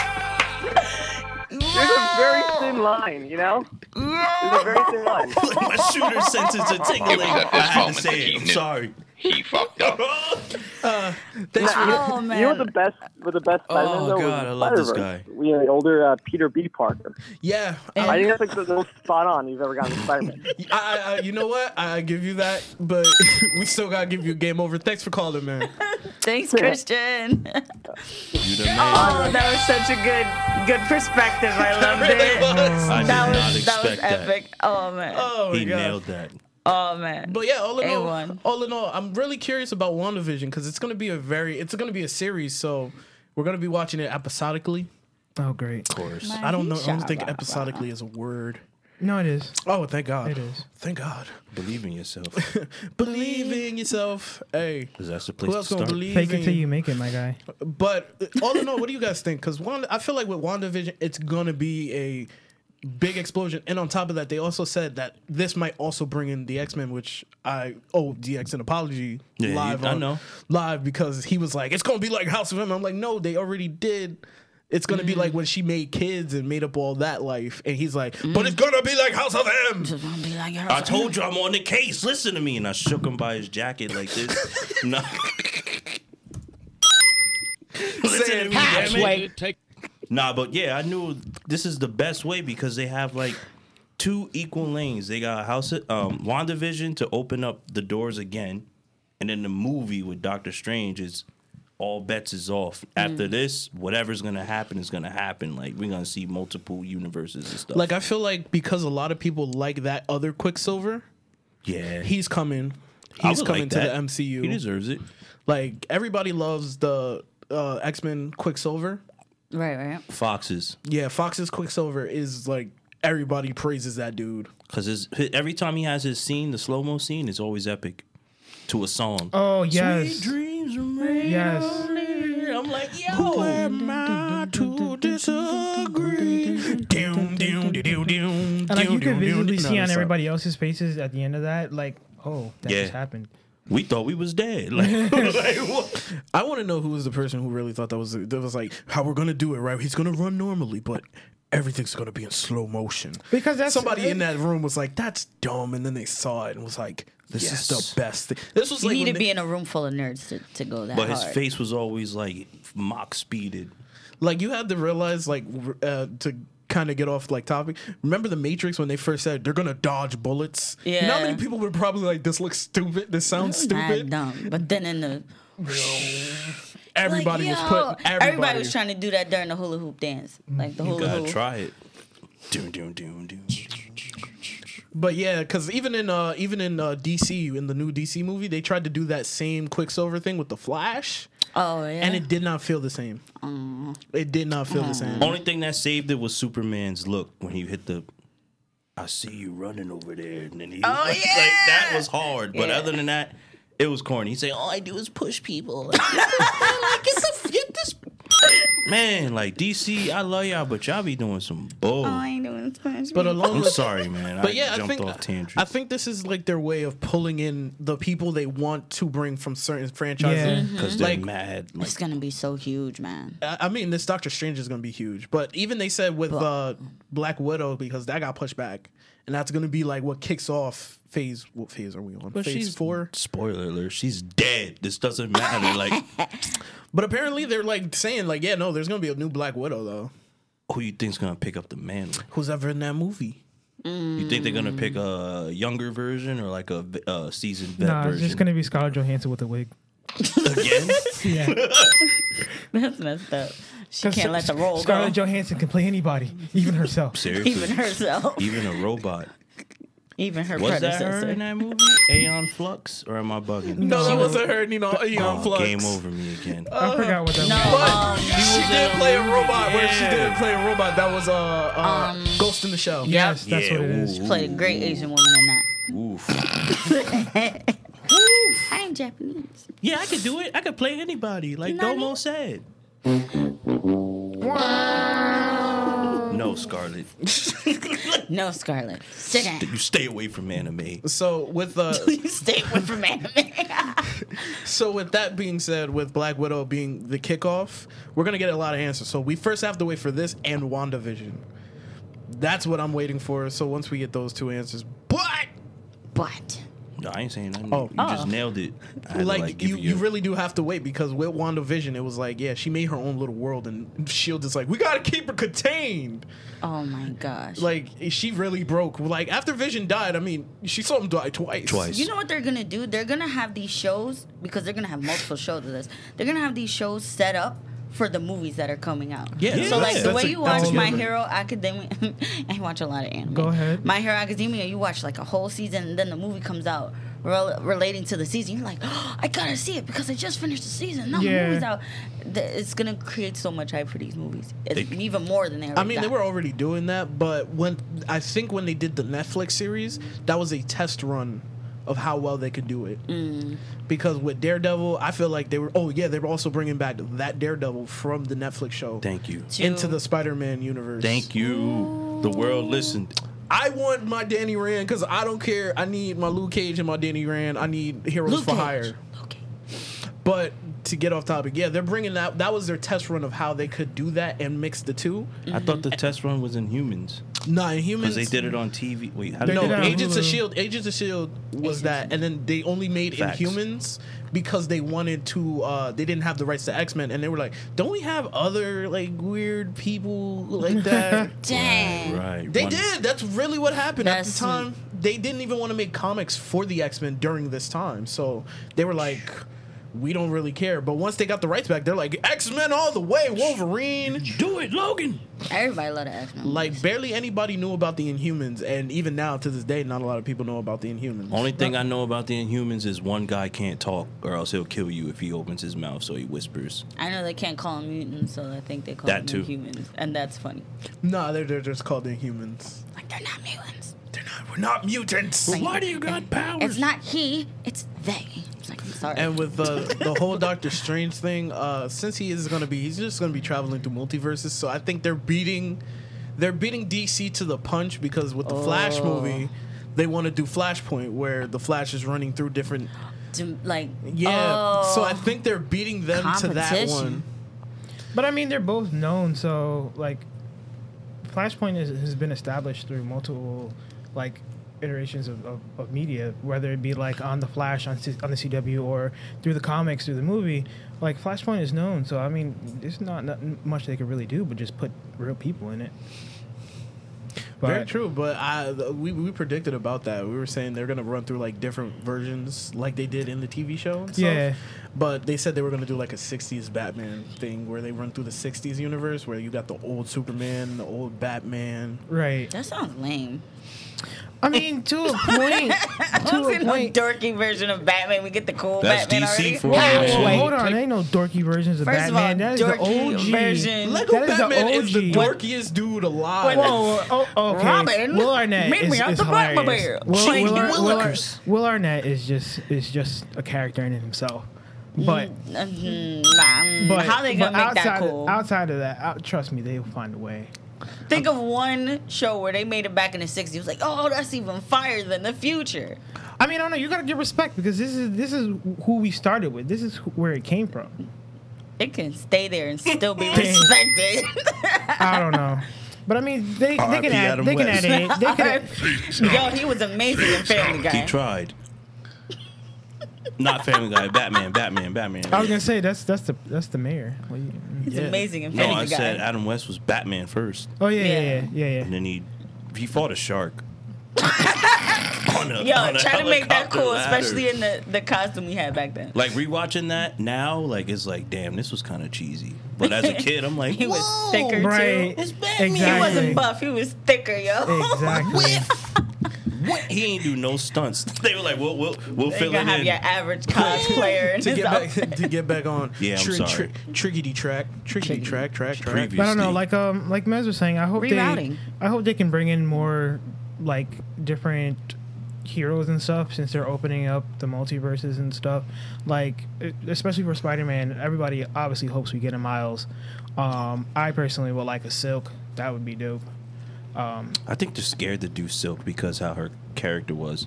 H: There's a very thin line, you know. There's a very thin line.
D: My shooter senses are tingling.
G: It was at
D: I
G: this
D: had
G: moment
D: to
G: that
D: say
G: he
D: it. I'm
G: knew.
D: sorry.
G: He fucked up.
A: Thanks for that.
B: Oh man.
H: You know what the best with the best Spider-Man
D: Oh,
H: though was
D: God, I love this
H: Spider-Verse.
D: guy.
H: We had the older uh, Peter B. Parker.
A: Yeah,
H: I think that's like the most spot on you've ever gotten to Spider-Man.
A: I, I, I- you know what? I give you that, but we still gotta give you a game over. Thanks for calling, man.
B: Thanks, Christian.
D: You the man.
B: Oh, that was such a good good perspective. I loved
A: Really
B: it.
A: was.
D: I
B: That
D: did not
B: was that was
D: expect that.
B: epic. Oh man.
A: Oh my
D: he
A: god.
D: nailed that.
B: Oh man.
A: But yeah, all in all,
B: A1.
A: all in all, I'm really curious about WandaVision because it's gonna be a very, it's gonna be a series, so we're gonna be watching it episodically.
C: Oh, great.
D: Of course.
A: I don't know. I don't think episodically is a word.
C: No, it is.
A: Oh, thank God.
C: It is.
A: Thank God.
D: Believe in yourself.
A: Believe in yourself. Hey.
D: 'cause that's the place
A: Who
D: to
A: else gonna
D: start.
A: believe?
C: Fake it
A: in
C: till you make it, my guy.
A: But uh, all in all, what do you guys think? Because Wanda, I feel like with WandaVision, it's gonna be a big explosion. And on top of that, they also said that this might also bring in the X Men, which I owe DX an apology
D: Yeah,
A: live.
D: I
A: on-
D: know.
A: live because he was like, it's gonna be like House of M. I'm like, no, they already did. It's gonna be
D: Mm.
A: like when she made kids and made up all that life, and he's like,
D: Mm.
A: but it's gonna be like House of M.
B: Don't be like her.
D: I told you I'm on the case. Listen to me. And I shook him by his jacket like this. no. Listen to me, damn it. Nah, but yeah, I knew this is the best way because they have like two equal lanes. They got House um WandaVision to open up the doors again, and then the movie with Doctor Strange is all bets is off.
A: Mm.
D: After this, whatever's gonna happen is gonna happen. Like we're gonna see multiple universes and stuff.
A: Like I feel like because a lot of people like that other Quicksilver,
D: yeah,
A: he's coming.
D: I
A: He's
D: would
A: coming
D: like
A: to the
D: that.
A: MCU.
D: He deserves it.
A: Like everybody loves the uh, X Men Quicksilver.
B: Right, right.
D: Foxes,
A: Yeah, Fox's Quicksilver is like everybody praises that dude.
D: because his, hi- every time he has his scene, the slow mo scene is always epic to a song.
C: Oh,
D: Sweet
C: yes.
D: dreams are made
C: Yes.
D: only- I'm like, yo.
A: Who am I to disagree? Doom, doom, doom, doom, doom,
C: And like you could
A: doom, doom,
C: visibly
A: doom.
C: see
A: No,
C: on
A: that's
C: everybody else's faces at the end of that, like, oh, that
D: Yeah.
C: just happened.
D: we thought we was dead. Like, like, what?
A: not- I want to know who was the person who really thought that was that was like how we're gonna do it. Right, he's gonna run normally, but. Everything's gonna be in slow motion
C: Because that's-
A: somebody in that room was like, "That's dumb," and then they saw it and was like, "This
D: Yes.
A: is the best thing." This was
B: You
A: like
B: need
A: when
B: to
A: they-
B: be in a room full of nerds to, to go that
D: but his
B: hard.
D: face was always like mock speeded.
A: like you had to realize like r- uh, to kind of get off like topic remember the matrix when they first said they're gonna dodge bullets You know how
B: Yeah.
A: many people were probably like this looks stupid this sounds
B: Mad
A: stupid
B: dumb. But then in the
A: everybody
B: like,
A: was
B: yo,
A: putting everybody,
B: was trying to do that during the hula hoop dance, like the
D: You
B: hula
D: gotta
B: hoop.
D: try it. Doom, doom, doom, doom.
A: but yeah because even in uh even in uh dc in the new dc movie they tried to do that same quicksilver thing with the flash
B: Oh yeah.
A: and it did not feel the same it did not feel the
B: Mm.
A: same
D: Only thing that saved it was Superman's look when he hit the. I see you running over there, and then he. Oh like, that was hard, but
B: Yeah.
D: other than that, it was corny. He said, "All I do is push people." like, get the get this man, like DC, I love y'all, but y'all be doing some bull.
B: Oh, I ain't doing Spanish.
A: But along
D: I'm
A: with-
D: sorry, man. I
A: But yeah, I
D: jumped
A: think
D: off tangent.
A: I think this is like their way of pulling in the people they want to bring from certain
C: Yeah.
A: franchises.
D: because Mm-hmm. they're
A: Like-
D: mad. Like,
B: it's gonna be so huge, man.
A: I I mean, this Doctor Strange is going to be huge. But even they said with uh, Black Widow because that got pushed back, and that's going to be like what kicks off phase. What phase are we on?
D: but
A: phase
D: she's
A: four.
D: Spoiler alert: She's dead. This doesn't matter. Like,
A: But apparently they're like saying like, yeah, no, there's going to be a new Black Widow though.
D: who you think's gonna pick up the mantle?
A: Who's ever in that movie?
D: You think they're gonna pick a younger version or like a, v- a seasoned vet
C: Nah, it's
D: version?
C: just gonna be Scarlett Johansson with a wig.
D: Again?
C: Yeah,
B: That's messed up. She
C: Scar-
B: can't let the roll go.
C: Scarlett Johansson can play anybody, even herself.
D: Seriously?
B: even herself,
D: Even a robot.
B: even her
D: Was that her in
B: predecessor.
D: that movie? Aeon Flux? Or am I bugging?
A: No, that wasn't her. You know, Eon
D: Oh,
A: Flux.
D: game over me again.
C: I forgot what that
B: No,
C: was.
A: But
B: um,
A: she did play a robot. Where she
D: Yeah.
A: didn't play a robot. That was uh, uh Ghost in the Shell.
C: Yes, that's
D: Yeah,
C: what it is.
D: ooh,
B: played a great Asian woman in that.
D: Oof.
B: I am Japanese.
D: Yeah, I could do it. I could play anybody, like
B: Nani?
D: Domo said. no, Scarlet.
B: No, Scarlett. Sit down.
D: You stay away from anime.
A: So with uh,
B: You stay away from anime.
A: so with that being said, with Black Widow being the kickoff, we're gonna get a lot of answers. So we first have to wait for this and WandaVision. That's what I'm waiting for. So once we get those two answers, but
B: but
D: No, I ain't saying nothing.
A: Oh.
D: You
B: Ah.
D: just nailed it. I had to,
A: like,
D: like, give
A: you, you really do have to wait because with WandaVision, it was like, yeah, she made her own little world, and Shield is like, we gotta keep her contained.
B: oh my gosh.
A: Like she really broke. Like after Vision died, I mean, she saw him die twice.
D: Twice.
B: You know what they're gonna do? They're gonna have these shows because they're gonna have multiple shows of this. They're gonna have these shows set up for the movies that are coming out.
A: Yeah,
B: So like
A: yeah.
B: the
A: That's
B: way
A: a-
B: you
A: that's
B: watch
A: a
B: My
A: given.
B: Hero Academia, I watch a lot of anime.
C: Go ahead.
B: My Hero Academia, you watch like a whole season, and then the movie comes out rel- relating to the season. You're like, "Oh, I gotta see it because I just finished the season. Now
C: Yeah.
B: the movie's out. Th- It's gonna create so much hype for these movies, it's
D: They-
B: even more than they. Already
A: I mean, they
B: got.
A: were already doing that, but when I think when they did the Netflix series, that was a test run of how well they could do it.
B: Mm.
A: Because with Daredevil, I feel like they were. Oh yeah, they were also bringing back that Daredevil from the Netflix show
D: Thank you.
A: into the Spider-Man universe.
D: Thank you. The world listened.
A: I want my Danny Rand because I don't care. I need my Luke Cage and my Danny Rand. I need Heroes
B: Luke
A: for
B: Cage.
A: Hire.
B: Luke Cage.
A: But to get off topic, yeah, they're bringing that. That was their test run of how they could do that and mix the two.
D: I thought the test run was in humans
A: Nah, in humans.
D: because they did it on TV. Wait, how did
A: No,
D: they do
C: it on
A: Agents of
C: Hulu.
A: Shield. E Agents of Shield was
B: Agents.
A: that, and then they only made
D: Facts.
A: Inhumans because they wanted to. Uh, they didn't have the rights to X Men, and they were like, "Don't we have other like weird people like that?"
B: Dang.
D: Right.
A: They
D: one-
A: did. That's really what happened at
B: That's-
A: the time. They didn't even want to make comics for the X Men during this time, so they were like, "We don't really care." But once they got the rights back, they're like, "X Men all the way, Wolverine."
D: Do it, Logan.
B: Everybody love the X Men.
A: Like barely anybody knew about the Inhumans, and even now to this day, not a lot of people know about the Inhumans.
D: Only thing I know about the Inhumans is one guy can't talk, or else he'll kill you if he opens his mouth. So he whispers.
B: I know they can't call them mutants, so I think they call
D: That
B: them
D: too.
B: humans, and that's funny.
A: No, they're, they're just called Inhumans.
B: Like they're not mutants.
A: They're not. We're not mutants.
B: Like,
D: why do you got powers?
B: It's not he, it's they. It's like, I'm sorry.
A: And with uh, the whole Doctor Strange thing, uh, since he is gonna be, he's just gonna be traveling through multiverses. So I think they're beating, they're beating DC to the punch because with the Flash
D: Oh.
A: movie, they want to do Flashpoint where the Flash is running through different.
B: Do- like
A: Yeah.
B: oh,
A: So I think they're beating them to that one.
B: Competition.
C: But I mean, they're both known, so like, Flashpoint is, has been established through multiple like iterations of, of, of media, whether it be like on the Flash on C- on the CW or through the comics through the movie. Like Flashpoint is known, so I mean, there's not, not much they could really do, but just put real people in it.
A: Very
C: But
A: true, but I we, we predicted about that. We were saying they're gonna run through like different versions, like they did in the TV show. And stuff.
C: Yeah.
A: But they said they were gonna do like a '60s Batman thing, where they run through the '60s universe, where you got the old Superman, the old Batman.
C: right,
B: that sounds lame.
C: I mean, to a point, to
B: Who's
C: a
B: in a
C: point.
B: dorky version of Batman? We get the cool
D: That's
B: Batman
D: DC
B: already. Oh.
D: for you,
C: Whoa,
D: man.
C: whoa,
D: Wait,
C: hold on, ain't no dorky versions of
B: First of all,
C: Batman. that is the
B: dorky
C: OG
B: version.
A: Lego
C: That is the
A: Batman is the
C: OG.
A: dorkiest dude alive.
B: Wait,
C: Whoa, whoa, oh, okay.
B: Robin,
C: Will Arnett
B: meet
C: is,
B: me at
C: is
B: the
C: hilarious.
B: Batmobile.
C: Will,
B: Shane
C: Will, Ar- Will, Ar-
B: Willikers.
C: Will Arnett is just is just a character in himself. But
B: Mhm, nah, mm,
C: but
B: how they
C: but
B: gonna make that
C: outside of-
B: cool?
C: outside of that, out, trust me, they will find a way.
B: Think of one show where they made it back in the '60s. It was like, oh, that's even fire than the future.
C: I mean, I don't know. You gotta give respect because this is this is who we started with. This is who, where it came from.
B: It can stay there and still be respected.
C: I don't know, but I mean, they, they
D: R.I.P.
C: can add
D: Adam
C: they can
D: West.
C: add in, they can
B: Yo, he was amazing in Family
D: He
B: Guy.
D: tried. Not Family Guy, Batman, Batman, Batman.
C: I
B: Oh,
C: was gonna say that's that's the that's the mayor. What you- mm.
B: He's amazing in
D: No,
B: Family
D: I
B: Guy.
D: said Adam West was Batman first,
C: Oh yeah, yeah, yeah,
B: Yeah.
C: yeah. yeah.
D: and then he he fought a shark. on a,
B: Yo,
D: on a
B: try to make that
D: helicopter
B: cool,
D: ladder.
B: especially in the, the costume we had back then.
D: Like rewatching that now, like it's like, damn, this was kind of cheesy. But as a kid, I'm like,
B: He was
D: "Whoa."
B: thicker
C: Right.
B: too.
D: It's Batman.
C: Exactly.
B: He wasn't buff. He was thicker, yo.
C: Exactly.
D: What? He ain't do no stunts. they were like, we'll we'll, we'll
B: They're
D: fill
B: gonna
D: it
B: have
D: in.
B: your average cosplayer in
A: to
B: his
A: get back
B: outfit.
A: to get back on.
D: Yeah, I'm sorry.
A: triggity track, triggity track, track, track.
D: Previously.
C: But I don't know, like um, like Mez was saying, I hope
B: Rerouting.
C: they, I hope they can bring in more like different heroes and stuff since they're opening up the multiverses and stuff. Like e- especially for Spider-Man, everybody obviously hopes we get a Miles. Um, I personally would like a Silk. That would be dope.
D: I think they're scared to do Silk because how her character was.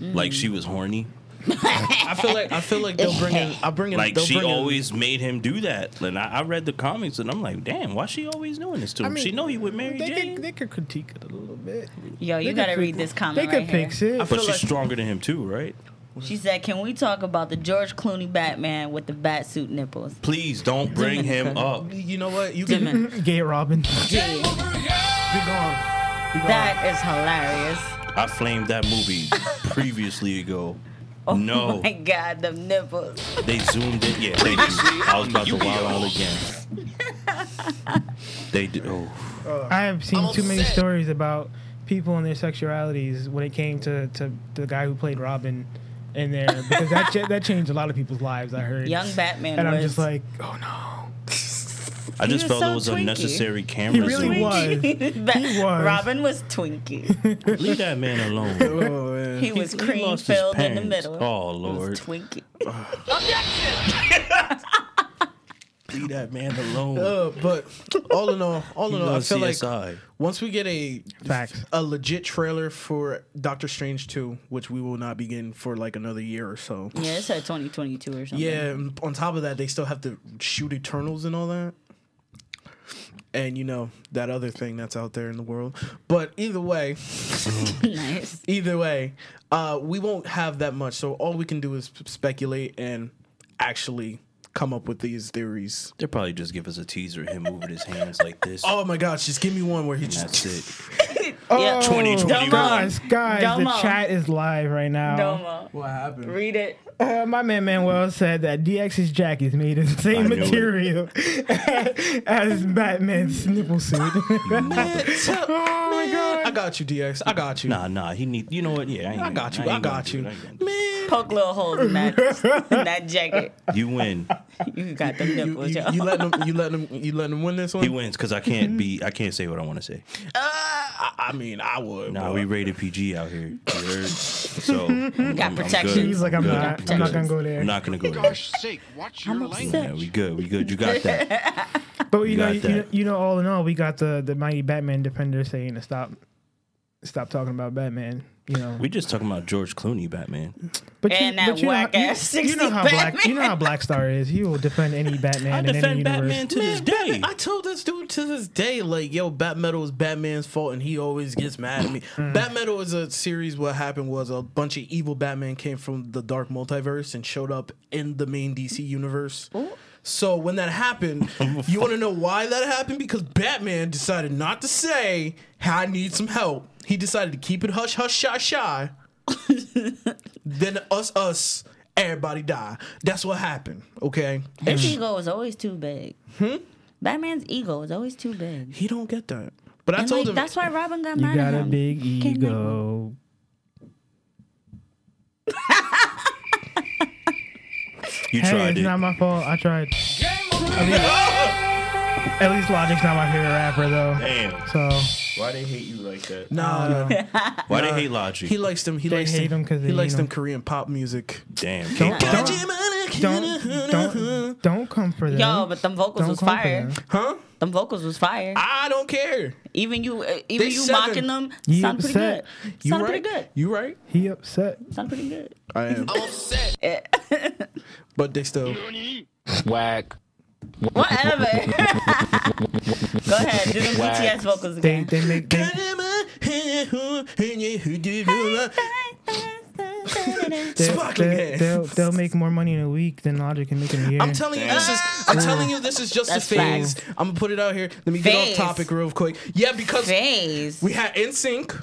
B: Mm.
D: Like she was horny.
A: I feel like I feel like they'll bring in. I bring in.
D: Like
A: they'll
D: she
A: bring in-
D: always made him do that. And I, I read the comics and I'm like, damn, why she always doing this to him? she know he would marry
C: they
D: Jane.
C: Could, they could critique it a little bit.
B: Yo, Oh, you
C: They
B: gotta
C: could-
B: read this comment
C: They
B: right
C: could fix
B: here.
C: it.
D: but
A: feel
D: she's
A: like-
D: stronger than him too, right?
B: She said, "Can we talk about the George Clooney Batman with the bat suit nipples?"
D: Please don't bring him up.
A: You know what? You can
B: Demon.
C: Gay Robin.
A: be gone.
B: That is hilarious.
D: I flamed that movie previously ago.
B: Oh
D: no,
B: my god, the nipples.
D: they zoomed in. Yeah, they did. I was about to wild out again. they did. Oh,
C: I have seen too many stories about people and their sexualities when it came to, to, the guy who played Robin in there because that cha- that changed a lot of people's lives. I heard.
B: Young Batman
C: and I'm
B: was
C: just like, oh no,
D: I
B: was
D: just felt
B: so
D: it was
B: twinky.
D: unnecessary camera
C: he really
D: zoom.
C: was.
B: Ba-
C: He was.
B: Robin was Twinkie.
D: Leave that man alone.
A: Oh, man.
B: He was
D: he
B: cream
D: lost his
B: filled in the
D: pants.
B: middle.
D: Oh,
B: He
D: Lord.
B: was Twinkie.
D: Leave that man alone.
A: Uh, but all in all, all in all, I
D: loves
A: feel like
D: CSI.
A: once we get a
C: Facts.
A: a legit trailer for Doctor Strange two, which we will not begin for like another year or so.
B: Yeah, it's said 2022 or something.
A: Yeah, and on top of that, they still have to shoot Eternals and all that. And you know, that other thing that's out there in the world. But either way,
B: nice.
A: either way, uh, we won't have that much. So all we can do is speculate and actually come up with these theories.
D: They'll probably just give us a teaser. Him moving his hands like this.
A: Oh my gosh, just give me one where he
D: and
A: just
D: that's it.
B: Yeah.
C: Oh,
D: 2021.
C: Guys, guys, the
B: Domo.
C: chat is live right now.
B: Domo.
A: what happened?
B: Read it.
C: Uh, my man Manuel said that DX's jacket is made of the
D: I
C: same
D: knew it.
C: material as Batman's nipple suit.
A: oh
C: my God.
A: I got you, DX. I got you.
D: Nah, nah. He need. You know what? Yeah, I, ain't
A: I
D: gonna-
A: got you.
D: ain't
A: I,
D: gonna
A: got
D: do
A: you.
D: it. I ain't gonna-
A: Man.
B: Poke little holes in that in that jacket.
D: You win.
B: You got them
A: You,
B: nipples,
A: you,
B: yo.
A: you let them you let them you let them win this one?
D: He wins because I can't be. I can't say what I want to say.
A: I, I mean, I would.
D: Nah,
A: but-
D: we rated PG out here. You heard? So I'm-
B: got
D: I'm
B: protection.
D: good.
C: He's like, I'm not. I'm not gonna go there.
D: I'm not gonna go there.
F: sake, watch
B: I'm
F: your language.
D: Yeah,
B: upset.
D: we good. We good. You got that.
C: But you know,
D: got
C: you, you know,
D: that.
C: you know, all in all, we got the the mighty Batman defender saying to stop, stop talking about Batman. You know,
D: We just talking about George Clooney, Batman.
C: but
B: And that
C: know-
B: whack-ass
C: you,
B: 60
C: know how black, you know how Black Star is. He will defend any Batman
D: I
C: in any
D: defend
C: universe.
D: Batman to this day.
A: I told this dude to this day, like, yo, Bat Metal is Batman's fault, and he always gets mad at me.
B: Hmm.
A: Bat Metal is a series. What happened was a bunch of evil Batman came from the dark multiverse and showed up in the main DC universe. So when that happened, you want to know why that happened? Because Batman decided not to say, "I need some help." He decided to keep it hush, hush, shy, shy. then us, us, everybody die. That's what happened. Okay,
B: His ego is always too big. Hmm? Batman's ego is always too big.
A: He don't get that. But I
B: And
A: told
B: like,
A: him
B: that's why Robin got
C: You
B: mad
C: got
B: at
C: a
B: him.
C: big
B: Can't like-
C: ego.
D: You
C: Hey,
D: tried
C: it's
D: it.
C: not my fault. I tried. I mean, at least Logic's not my favorite rapper though.
D: Damn.
C: So
D: Why they hate you like that?
A: no, no, no.
D: Why they hate Logic?
A: He likes them. He likes
C: hate
A: them.
C: him 'cause
A: he
C: they
A: likes
C: hate
A: them
C: him.
A: Korean pop music.
D: Damn.
C: Don't-
D: Can't get
C: don't-
D: it.
C: Don't don't don't come for them.
B: Yo, but them vocals
C: Don't
B: was
C: come for
B: fire.
C: them.
A: Huh?
B: Them vocals was fire.
A: I don't care.
B: Even you, uh, even
A: They
B: you
A: seven.
B: mocking them,
C: You
B: sound pretty
C: upset.
B: good.
A: You
B: Sound
A: right?
B: pretty good.
A: You right?
C: He upset.
B: Sound pretty good.
A: I am. but they still.
F: Whack.
B: Whatever. Go ahead, do them
F: Whack.
B: BTS vocals
C: They
B: again.
C: they make they, they'll,
A: Sparkling
C: they'll,
A: hands.
C: they'll they'll make more money in a week than Logic can make in a year.
A: I'm telling you, this is. I'm telling you, this is just
B: That's
A: a phase.
B: facts.
A: I'm gonna put it out here. Let me get
B: Phase.
A: off topic real quick. Yeah, because
B: Phase.
A: we had NSYNC,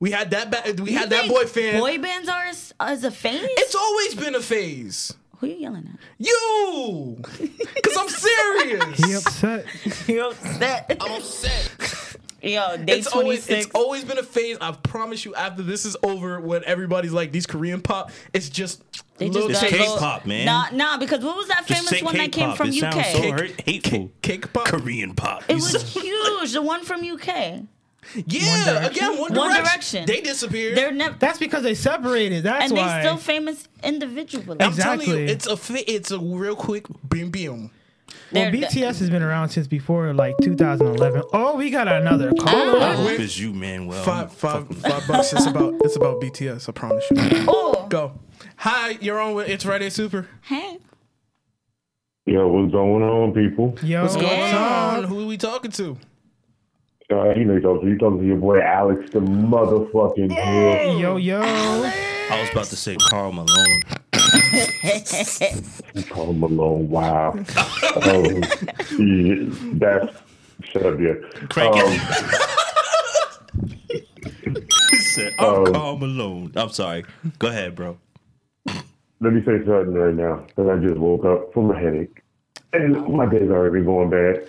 A: we had that. Ba- we
B: You
A: had that
B: think
A: boy fan.
B: Boy bands are as, as a phase.
A: it's always been a phase.
B: Who you yelling at?
A: You, because I'm
C: he
A: serious.
C: upset.
B: You upset? Yo, day
A: It's
B: twenty
A: always, it's
B: six.
A: always been a phase. I promise you. After this is over, when everybody's like these Korean pop, it's just
B: They
A: little
B: just
A: shit.
B: got
D: K-pop,
B: little-
D: man.
B: Nah, nah, because what was that
D: Just
B: famous
D: say
B: one that came
D: K-pop.
B: from
D: It
B: UK?
D: sounds so hurt, hateful.
A: cake pop.
D: Korean pop.
B: it was huge. The one from UK.
A: Yeah, again, One Direction.
B: One Direction.
A: They disappeared.
B: They're never,
C: That's because they separated. That's
B: and
C: why.
B: they still famous individually.
A: I'm telling
C: Exactly.
A: you, it's a fi- it's a real quick bim bim.
C: well,
B: They're-
C: BTS has been around since before like 2011. Oh, we got another call.
D: I hope it's you, Manuel.
A: Five five five bucks. It's about it's about BTS. I promise you.
B: Oh,
A: Go. Hi, you're on with It's Friday Super.
B: hey,
I: Yo, what's going on, people?
C: Yo,
A: What's going
B: Yeah.
A: on? Who are we talking to?
I: Uh, you know, you you talking to your boy Alex, the motherfucking dude.
C: yo, yo.
D: I was about to say Carl Malone.
I: Call him alone. Wow. um, yeah, that's shut up, yeah.
D: Crank
I: Um,
D: Oh. He said, I'm
I: Um,
D: Carl Malone. I'm sorry. Go ahead, bro.
I: let me say something right now. Cause I just woke up from a headache, and my day's already been going bad.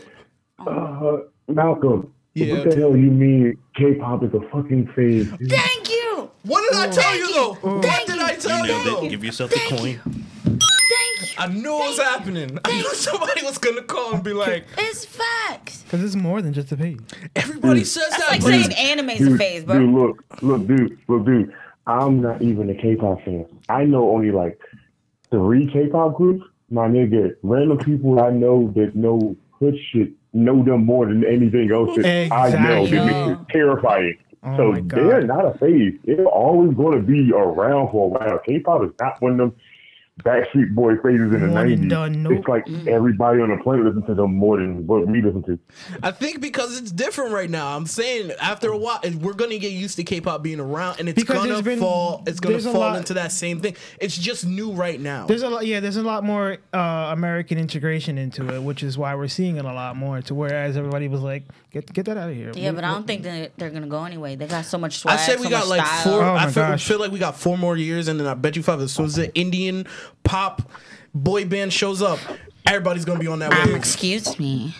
I: Uh, Malcolm,
A: Yeah.
I: what the hell you mean? K-pop is a fucking phase. dude?
B: thank you,
A: What did I tell you though? What did I
D: You
A: tell you?
D: nailed it.
A: though?
D: Give yourself a coin.
B: thank you.
A: I knew it was happening. I knew somebody was gonna call and be like,
B: It's facts.
C: Because it's more than just a page.
A: "Everybody says that."
B: Like
A: but
B: saying anime's a phase, bro.
I: dude, look, look, dude, look, dude. I'm not even a K-pop fan. I know only like three K-pop groups. My nigga, random people I know that know hood shit know them more than anything else that I know.
C: Exactly.
I: That makes it terrifying.
C: Oh
I: so
C: my God.
I: they're not a phase. They're always going to be around for a while. K-pop is not one of them Backstreet Boy phases in the
C: One and
I: nineties.
C: done, nope.
I: It's like everybody on the planet listens to them more than what we listen to.
A: I think because it's different right now. I'm saying after a while, it- we're gonna get used to K-pop being around, and it's
C: Because
A: gonna
C: there's been-
A: fall. It's gonna
C: there's a
A: fall
C: lot-
A: into that same thing. It's just new right now.
C: There's a lot, yeah. There's a lot more uh, American integration into it, which is why we're seeing it a lot more. To whereas everybody was like, "Get get that out of here."
B: Yeah, but I don't think they're, they're gonna go anyway. They got so much swag.
A: I said we
B: so
A: got
B: much
A: like
B: style.
A: four.
C: Oh
A: I
C: my
A: feel,
C: gosh.
A: feel like we got four more years, and then I bet you five. As soon as the Indian pop boy band shows up, everybody's gonna be on that
B: Um,
A: wave.
B: excuse me.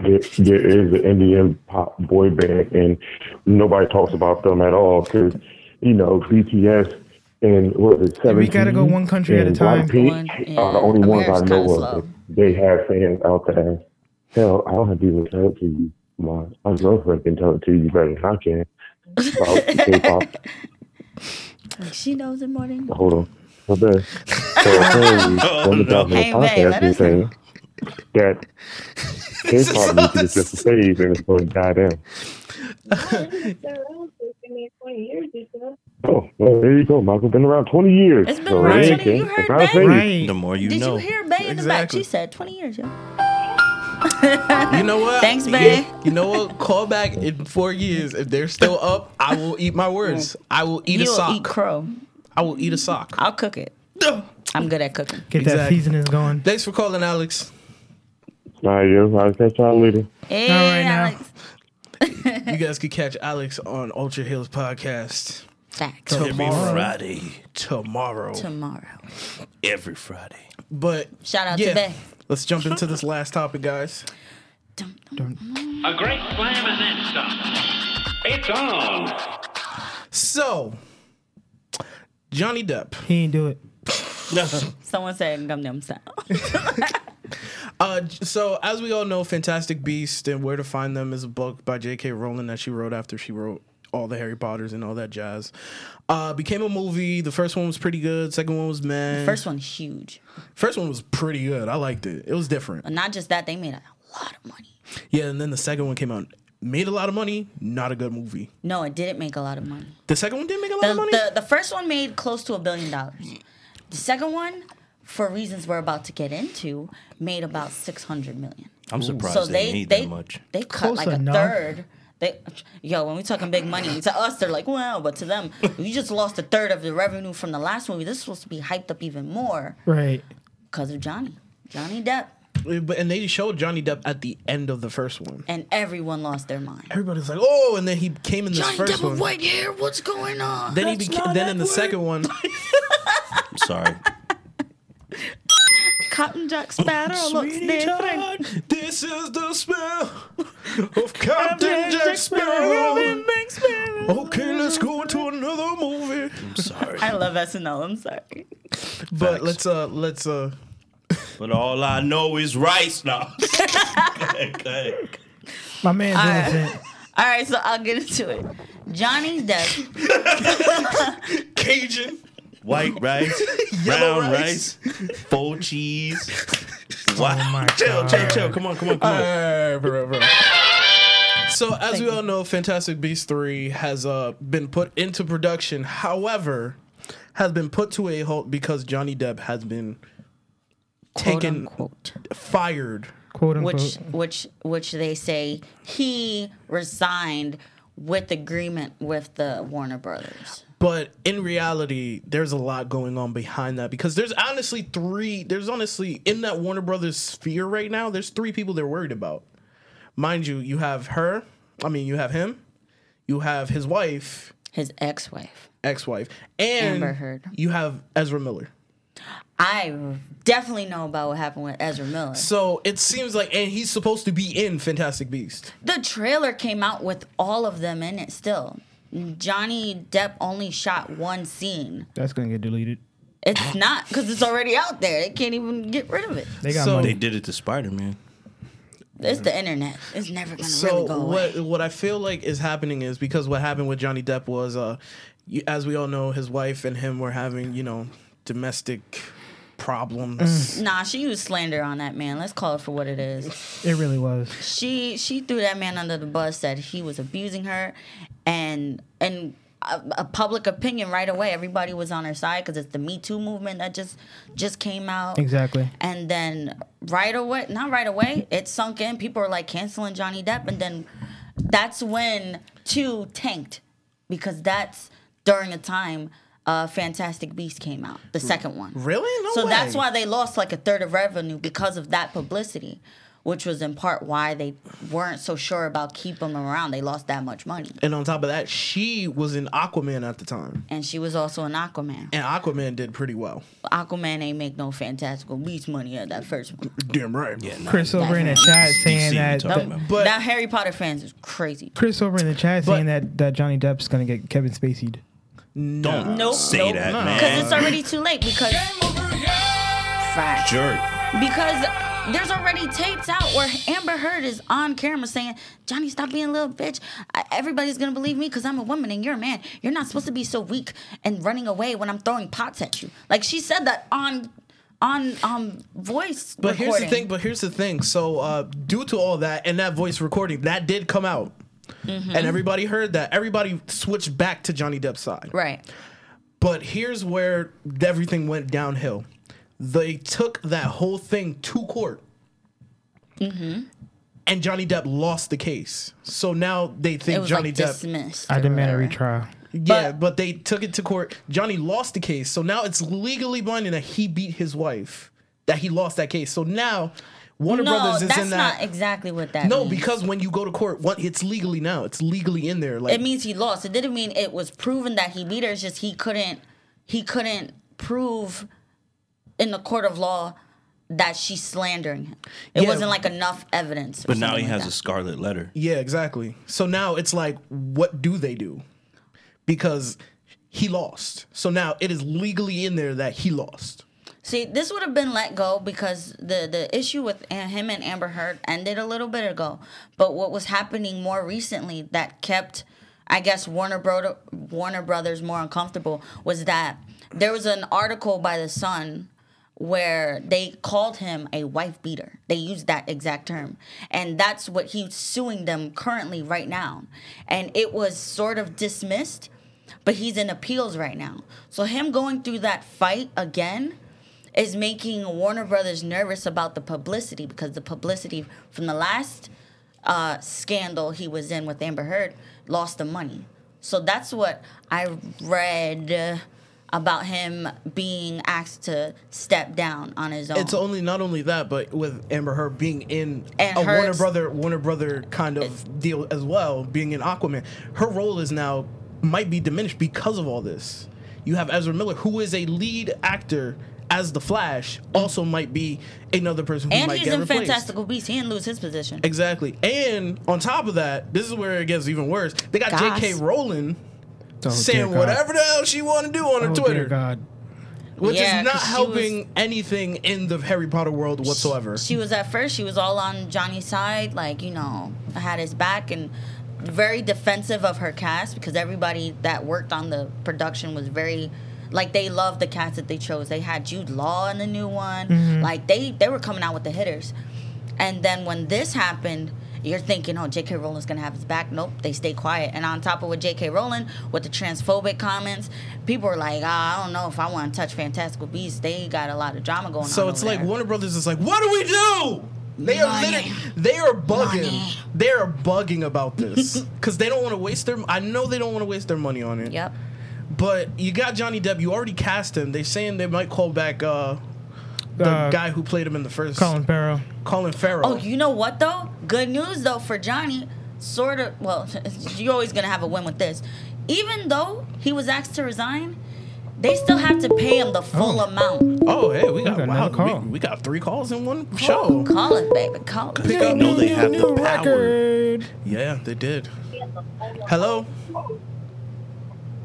I: There, there is an Indian pop boy band, and nobody talks about them at all because, you know, BTS and what is it, seven?
C: We gotta go one country at a time.
B: One,
I: Blackpink are the only
B: yeah.
I: ones I
B: America's
I: know
B: kinda
I: of.
B: slow.
I: that They have fans out there. Hell, I don't have to even tell it to you. My, my girlfriend can tell it to you better than I can about K-pop.
B: Like, she knows it more than you.
I: Hold on. Hold on. So apparently, one of the guys on the
B: Oh, Hey, babe,
I: podcast
B: let
I: been
B: us-
I: saying that K-pop music is just a phase and it's going to die down. Oh, well, there you go, Michael. Been around 20 years.
B: It's been
I: So,
B: around
I: hey,
B: 20
I: okay,
B: You heard
I: it's not a
B: that?
I: phase.
C: Right.
D: The more you
B: Did
D: know.
B: you hear Bay in the back?
A: Exactly.
B: She said 20 years, yo.
A: You know what?
B: Thanks,
A: You-
B: babe.
A: You know what? Call back in four years if they're still up. I will eat my words. I will eat a
B: You'll
A: sock.
B: eat crow.
A: I will eat a sock.
B: I'll cook it. I'm good at cooking.
C: Get that
A: Exactly.
C: season is going.
A: Thanks for calling, Alex.
I: All right, yo. I'll catch y'all later.
B: Hey,
C: right now.
B: Alex.
A: You guys could catch Alex on Ultra Hills Podcast
B: Facts.
D: Every
A: tomorrow.
D: Friday.
A: Tomorrow,
B: Tomorrow.
D: Every Friday.
A: but
B: Shout out
A: yeah.
B: to Bay.
A: Let's jump into this last topic, guys.
B: Dum, dum.
E: A great slam and then some. It's on.
A: So, Johnny Depp.
C: He ain't do it.
B: Someone said gum dum style.
A: Uh, j- so as we all know, Fantastic Beasts and Where to Find Them is a book by J.K. Rowling that she wrote after she wrote all the Harry Potters and all that jazz. Uh, became a movie. The first one was pretty good. Second one was man.
B: The first one's huge.
A: First one was pretty good. I liked it. It was different.
B: And not just that, they made a lot of money.
A: Yeah, and then the second one came out. Made a lot of money. Not a good movie.
B: No, it didn't make a lot of money.
A: The second one didn't make a lot
B: The,
A: of money.
B: the, the first one made close to a billion dollars. The second one, for reasons we're about to get into, made about 600 million.
D: I'm surprised
B: so
D: they,
B: they
D: made
B: they
D: that much.
B: they cut
C: Close
B: like
C: enough.
B: a third. They, yo, when we talking big money to us, they're like, wow, but to them, you just lost a third of the revenue from the last movie. This is supposed to be hyped up even more
C: Right.
B: because of Johnny, Johnny Depp,
A: But and they showed Johnny Depp at the end of the first one.
B: and everyone lost their mind.
A: Everybody's like, oh, and then he came in this
B: Johnny
A: first
B: Depp with
A: one.
B: white hair, what's going on?
A: Then he became, then in the second one,
D: I'm sorry.
B: Cotton Jack Sparrow looks different.
A: this is the smell of Captain Jack Sparrow.
B: Robin Banks Sparrow.
A: Okay, let's go into another movie.
D: I'm sorry.
B: I love SNL. I'm sorry.
A: But
D: Facts.
A: let's uh let's uh
D: But all I know is rice now. okay.
C: My man's
B: Alright.
C: innocent.
B: All right, so I'll get into it. Johnny Depp.
A: Cajun.
D: White rice,
A: Yellow
D: brown
A: rice.
D: rice, full cheese. Wow.
C: my
D: chill, chill,
C: God.
D: chill. Come on, come on, come on.
A: Alright, bro, bro. So as we all know, Fantastic Beasts 3 has uh been put into production. However, has been put to a halt because Johnny Depp has been taken
B: Quote unquote.
A: fired.
C: Quote unquote.
B: Which, which, which they say he resigned with agreement with the Warner Brothers.
A: But in reality, there's a lot going on behind that because there's honestly three. There's honestly in that Warner Brothers sphere right now. There's three people they're worried about. Mind you, you have her. I mean, you have him. You have his wife,
B: His ex-wife.
A: ex-wife, and
B: Amber Heard.
A: you have Ezra Miller.
B: I definitely know about what happened with Ezra Miller.
A: So it seems like, and he's supposed to be in Fantastic Beast.
B: The trailer came out with all of them in it. Still, Johnny Depp only shot one scene.
C: That's gonna get deleted.
B: It's not because it's already out there. They can't even get rid of it.
C: They got
A: So-
C: money.
D: They did it to Spider Man.
B: It's the internet. It's never gonna
A: so
B: really go away.
A: what what I feel like is happening is because what happened with Johnny Depp was uh you- as we all know his wife and him were having you know domestic problems
B: Nah, she used slander on that man. Let's call it for what it is.
C: It really was.
B: She she threw that man under the bus. Said he was abusing her, and and a, a public opinion right away. Everybody was on her side because it's the Me Too movement that just just came out.
C: Exactly.
B: And then right away, not right away, it sunk in. People were like canceling Johnny Depp, and then that's when two tanked because that's during the time uh, Fantastic Beast came out, the second one.
A: really no
B: So
A: way.
B: that's why they lost like a third of revenue because of that publicity, which was in part why they weren't so sure about keeping him around. They lost that much money.
A: and on top of that she was in Aquaman at the time
B: And she was also an Aquaman.
A: and Aquaman did pretty well
B: Aquaman ain't make no fantastical beast money at that first one.
A: damn right yeah
C: Chris over in the chat saying
D: you
C: that.
D: talking about.
A: But-
B: now Harry Potter fans is crazy.
C: Chris over in the chat saying that, that Johnny Depp's gonna get Kevin Spacey'd.
D: Don't
B: Nope,
D: say
B: nope,
D: that,
A: no.
B: Because
D: man.
B: it's already too late. Because Facts.
D: Jerk.
B: Because there's already tapes out where Amber Heard is on camera saying, "Johnny, stop being a little bitch. I, everybody's gonna believe me because I'm a woman and you're a man. You're not supposed to be so weak and running away when I'm throwing pots at you." Like she said that on on um voice.
A: but here's the
B: recording.
A: thing but here's the thing so uh due to all that and that voice recording that did come out and everybody heard that everybody switched back to Johnny Depp's side
B: right?
A: But here's where everything went downhill. They took that whole thing to court.
B: Mm-hmm.
A: And Johnny Depp lost the case. So now they
B: It
A: think
B: was
A: Johnny
B: like
A: Depp.
B: dismissed.
C: I
B: or
C: demand a
B: whatever.
C: retrial.
A: yeah, but they took it to court. Johnny lost the case. So now it's legally binding that he beat his wife, that he lost that case. So now Warner
B: No,
A: Brothers is
B: that's
A: in that.
B: not exactly what that.
A: no,
B: means.
A: because when you go to court, what it's legally now. It's legally in there. Like
B: it means he lost. It didn't mean it was proven that he beat her. It's just he couldn't he couldn't prove in the court of law that she's slandering him. It
A: Yeah.
B: wasn't like enough evidence. or
D: But now
B: something
D: he
B: like
D: has
B: that.
D: a scarlet letter.
A: Yeah, exactly. So now it's like, what do they do? Because he lost. So now it is legally in there that he lost.
B: See, this would have been let go because the the issue with uh, him and Amber Heard ended a little bit ago. But what was happening more recently that kept I guess Warner Bro- Warner Brothers more uncomfortable was that there was an article by the Sun where they called him a wife beater. They used that exact term. And that's what he's suing them currently right now. And it was sort of dismissed, but he's in appeals right now. So him going through that fight again is making Warner Brothers nervous about the publicity because the publicity from the last uh, scandal he was in with Amber Heard lost the money. So that's what I read uh, about him being asked to step down on his own.
A: It's only not only that, but with Amber Heard being in
B: And
A: a Warner
B: hers-
A: Brother Warner Brother kind of deal as well, being in Aquaman, her role is now might be diminished because of all this. You have Ezra Miller, who is a lead actor as the Flash, also might be another person who
B: and
A: might
B: he's
A: get
B: in
A: replaced.
B: Fantastical Beasts. He didn't lose his position.
A: Exactly. And on top of that, this is where it gets even worse. They got
B: Gosh.
A: J.K. Rowling
C: Oh, dear
A: saying
C: God.
A: whatever the hell she want to do on her
C: Oh, dear
A: Twitter,
C: God.
A: which
B: Yeah,
A: is not
B: 'cause she
A: helping anything in the Harry Potter world whatsoever.
B: She was at first, she was all on Johnny's side, like, you know, had his back and very defensive of her cast because everybody that worked on the production was very like they loved the cast that they chose. They had Jude Law in the new one.
A: Mm-hmm.
B: Like they they were coming out with the hitters. And then when this happened, you're thinking, oh, J.K. Rowling's gonna have his back. Nope, they stay quiet. And on top of with J.K. Rowling, with the transphobic comments, people are like, ah, I don't know if I want to touch Fantastical Beasts. They got a lot of drama going on.
A: so it's
B: over
A: like
B: there.
A: Warner Brothers is like, what do we do? They are
B: Money.
A: literally, they are bugging.
B: Money.
A: They are bugging about this because they don't want to waste their. I know they don't want to waste their money on it.
B: Yep.
A: But you got Johnny Depp. You already cast him. They're saying they might call back uh, the
C: Uh,
A: guy who played him in the first.
C: Colin Farrell.
A: Colin Farrell.
B: Oh, you know what though? Good news though for Johnny. Sort of. Well, you're always gonna have a win with this. Even though he was asked to resign, they still have to pay him the full
C: Oh.
B: amount.
A: Oh, hey, we got,
C: got
A: wow,
C: another call.
A: We, we got three calls in one
B: Oh,
A: show.
B: call it, baby. Call it.
D: They know they have the power.
A: Yeah, they did. Hello.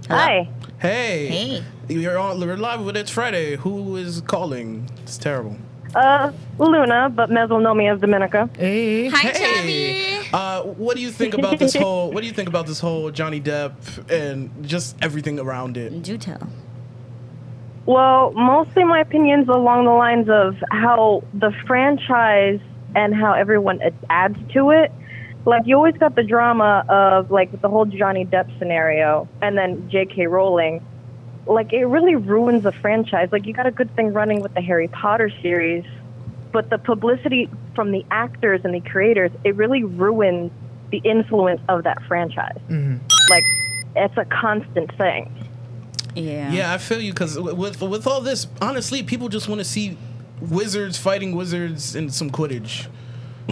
B: Hello?
J: Hi.
A: Hey.
B: Hey.
A: You're on. We're live with It's Friday. Who is calling? It's terrible.
J: Uh, Luna, but Mez will know me as Dominica.
C: Hey.
B: Hi,
A: Hey.
B: Chubby.
A: Uh, what do you think about this whole? What do you think about this whole Johnny Depp and just everything around it?
B: Do tell.
J: Well, mostly my opinions along the lines of how the franchise and how everyone ad- adds to it. Like you always got the drama of like with the whole Johnny Depp scenario, and then J.K. Rowling. Like it really ruins the franchise. Like you got a good thing running with the Harry Potter series, but the publicity from the actors and the creators it really ruins the influence of that franchise. Like it's a constant thing.
B: Yeah.
A: Yeah, I feel you because with with all this, honestly, people just want to see wizards fighting wizards and some Quidditch.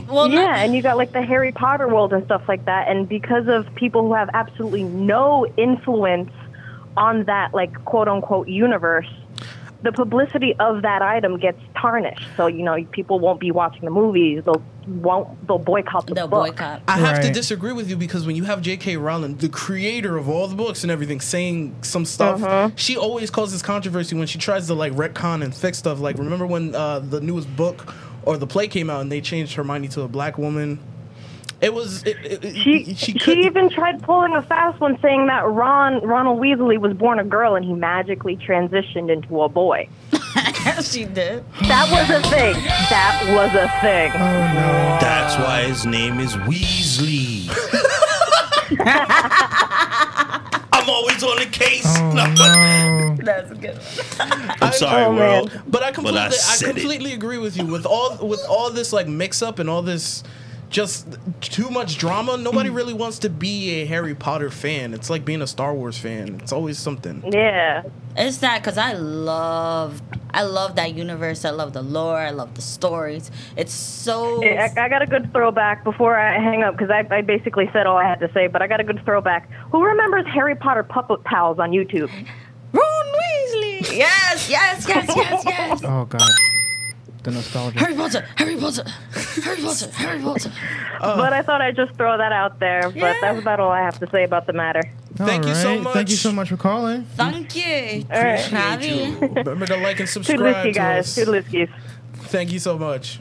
B: Well,
J: yeah,
B: not-
J: and you got like the Harry Potter world and stuff like that, and because of people who have absolutely no influence on that like quote unquote universe, the publicity of that item gets tarnished. So you know people won't be watching the movies; they'll won't they'll boycott the,
B: the
J: book.
B: boycott.
A: I have to
C: Right.
A: disagree with you because when you have J.K. Rowling, the creator of all the books and everything, saying some stuff,
J: Uh-huh.
A: she always causes controversy when she tries to like retcon and fix stuff. Like, remember when uh, the newest book or the play came out and they changed Hermione to a black woman? It was it, it- it-
J: She, she, even tried pulling a fast one, saying that Ron Ronald Weasley was born a girl and he magically transitioned into a boy.
B: she did.
J: That was a thing. That was a thing.
D: That's why his name is Weasley. I'm always on the case.
C: Oh, no.
B: That's a good. One.
D: I'm sorry, world.
A: But I completely,
D: I
A: I,
D: said it.
A: completely agree with you with all with all this like mix up and all this just too much drama.
J: Mm.
A: Nobody really wants to be a Harry Potter fan. It's like being a Star Wars fan. It's always something.
J: Yeah.
B: It's sad because I love, I love that universe. I love the lore. I love the stories. It's so.
J: Yeah, I, I got a good throwback before I hang up because I, I basically said all I had to say, but I got a good throwback. Who remembers Harry Potter Puppet Pals on YouTube?
B: Ron Weasley. Yes, yes, yes, yes, yes.
C: Oh, God. The nostalgia.
B: Harry Potter, Harry Potter, Harry Potter, Harry Potter.
J: But I thought I'd just throw that out there, but
B: Yeah.
J: that's about all I have to say about the matter.
A: Thank you so
C: Alright, Thank you
A: much.
C: so much for calling.
B: Thank you.
J: right.
B: Travi.
A: Remember to like and subscribe
J: Toodlisky,
A: to
J: guys.
A: us.
J: Toodliskies.
A: Thank you so much.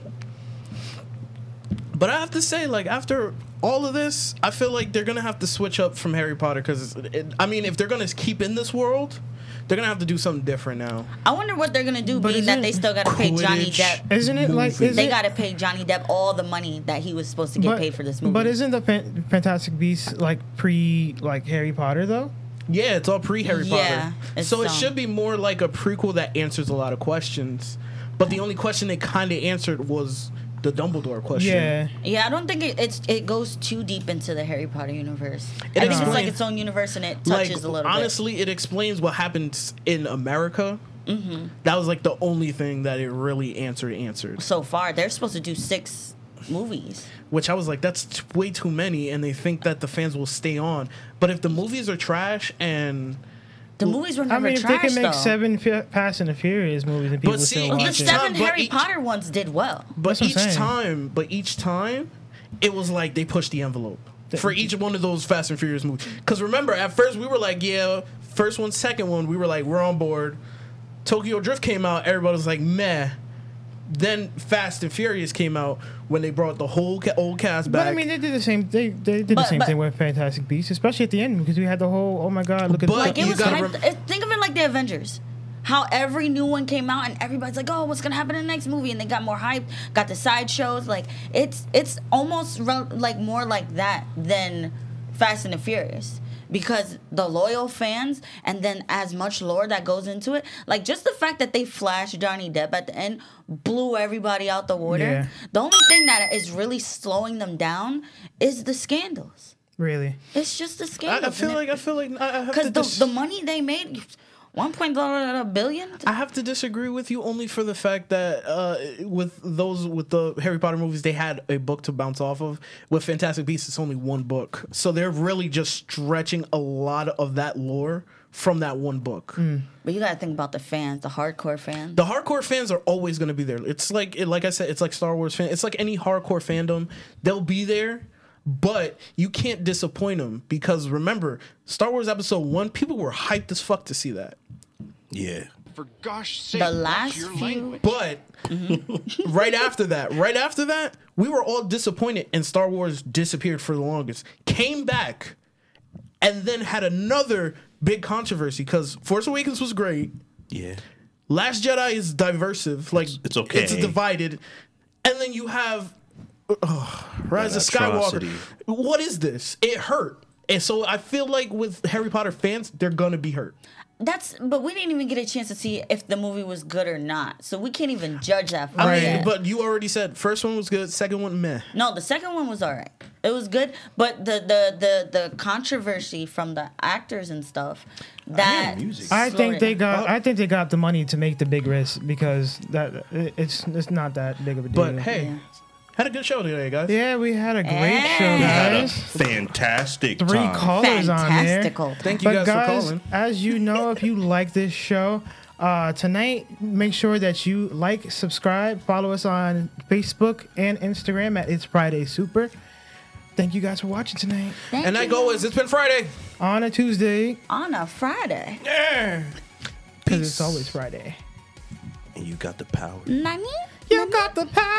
A: But I have to say, like after all of this, I feel like they're gonna have to switch up from Harry Potter because, it, I mean, if they're gonna keep in this world, they're gonna have to do something different now.
B: I wonder what they're gonna do, being that they still gotta pay Johnny
A: Quidditch
B: Depp.
A: Isn't it like- movie. is
B: they
A: it-
B: gotta pay Johnny Depp all the money that he was supposed to get paid for this movie?
C: But isn't the Fan- Fantastic Beasts like pre like Harry Potter though?
A: Yeah, it's all pre Harry
C: Yeah,
A: Potter.
C: it's
A: So it
C: dumb.
A: should be more like a prequel that answers a lot of questions. But the only question they kind of answered was the Dumbledore question.
B: yeah. I don't think it, it's it goes too deep into the Harry Potter universe.
A: It
B: I think it's
A: explains-
B: like its own universe and it touches
A: like,
B: a little
A: honestly, it explains what happens in America.
B: bit. hmm
A: That was like the only thing that it really answered answered.
B: So far, they're supposed to do six movies.
A: Which I was like, that's t- way too many, and they think that the fans will stay on. But if the movies are trash and
B: The movies were
C: I
B: never
C: mean, if they
B: trash
C: can make
B: though.
C: seven fi- Fast and the Furious movies and
A: But
C: people
A: see,
C: still
A: the
C: watch
B: the
C: it.
B: seven
A: but
B: Harry
A: each-
B: Potter ones did well.
A: But
C: That's what I'm
A: each
C: saying.
A: time, but each time, it was like they pushed the envelope for each one of those Fast and Furious movies. Because remember, at first we were like, yeah, first one, second one, we were like, we're on board. Tokyo Drift came out, everybody was like, meh. Then Fast and Furious came out when they brought the whole ca- old cast back.
C: But I mean, they did the same. They they did the
A: But-
C: same
A: but-
C: thing with Fantastic Beasts, especially at the end because we had the whole oh my god look at
A: But
B: Like
C: the,
B: it was hyped. it- think of it like the Avengers. How every new one came out and everybody's like, "Oh, what's gonna happen in the next movie?" And they got more hype, got the sideshows. Like it's it's almost re- like more like that than Fast and the Furious because the loyal fans and then as much lore that goes into it. Like just the fact that they flashed Johnny Depp at the end blew everybody out the water.
C: Yeah.
B: The only thing that is really slowing them down is the scandals.
C: really
B: It's just a
A: I,
B: scandal.
A: I feel like I feel like I I have to
B: because the,
A: dis-
B: the money they made, one point blah, blah, blah, billion.
A: I have to disagree with you only for the fact that uh, with those with the Harry Potter movies, they had a book to bounce off of. With Fantastic Beasts, it's only one book, so they're really just stretching a lot of that lore from that one book.
B: But you gotta think about the fans, the hardcore fans.
A: The hardcore fans are always going to be there. It's like it, like I said, it's like Star Wars fan. It's like any hardcore fandom, they'll be there. But you can't disappoint them because remember, Star Wars Episode One, people were hyped as fuck to see that.
D: Yeah.
F: For gosh sake,
B: The
F: watch
B: last
F: your
B: few.
F: language.
A: But
D: Mm-hmm.
A: right after that, right after that, we were all disappointed, and Star Wars disappeared for the longest. Came back, and then had another big controversy because Force Awakens was great.
D: Yeah.
A: Last Jedi is diversive, like
D: it's okay.
A: it's divided, and then you have ugh, Rise
D: That
A: of Skywalker.
D: atrocity.
A: What is this? It hurt, and so I feel like with Harry Potter fans, they're gonna be hurt.
B: That's but we didn't even get a chance to see if the movie was good or not, so we can't even judge that for
A: I mean,
B: yet.
A: but you already said first one was good, second one meh.
B: No, the second one was alright. It was good, but the the the the controversy from the actors and stuff that
C: I
B: slowed
C: think
B: it
C: they
B: down.
C: got. I think they got the money to make the big risk because that it- it's it's not that big of a deal.
A: But hey, had a good show today, guys.
C: Yeah, we had a great
A: Hey.
C: show,
D: We had a
C: guys.
D: fantastic
C: Three
D: time.
C: callers on there.
B: Fantastical.
A: Thank you
C: But
A: guys for calling.
C: As you know, if you like this show uh, tonight, make sure that you like, subscribe, follow us on Facebook and Instagram at It's Friday Super. Thank you guys for watching tonight.
A: and that go is it's been Friday.
C: on a Tuesday
B: on a Friday.
C: because it's always Friday.
D: And you got the power.
B: Nani?
C: You got the power.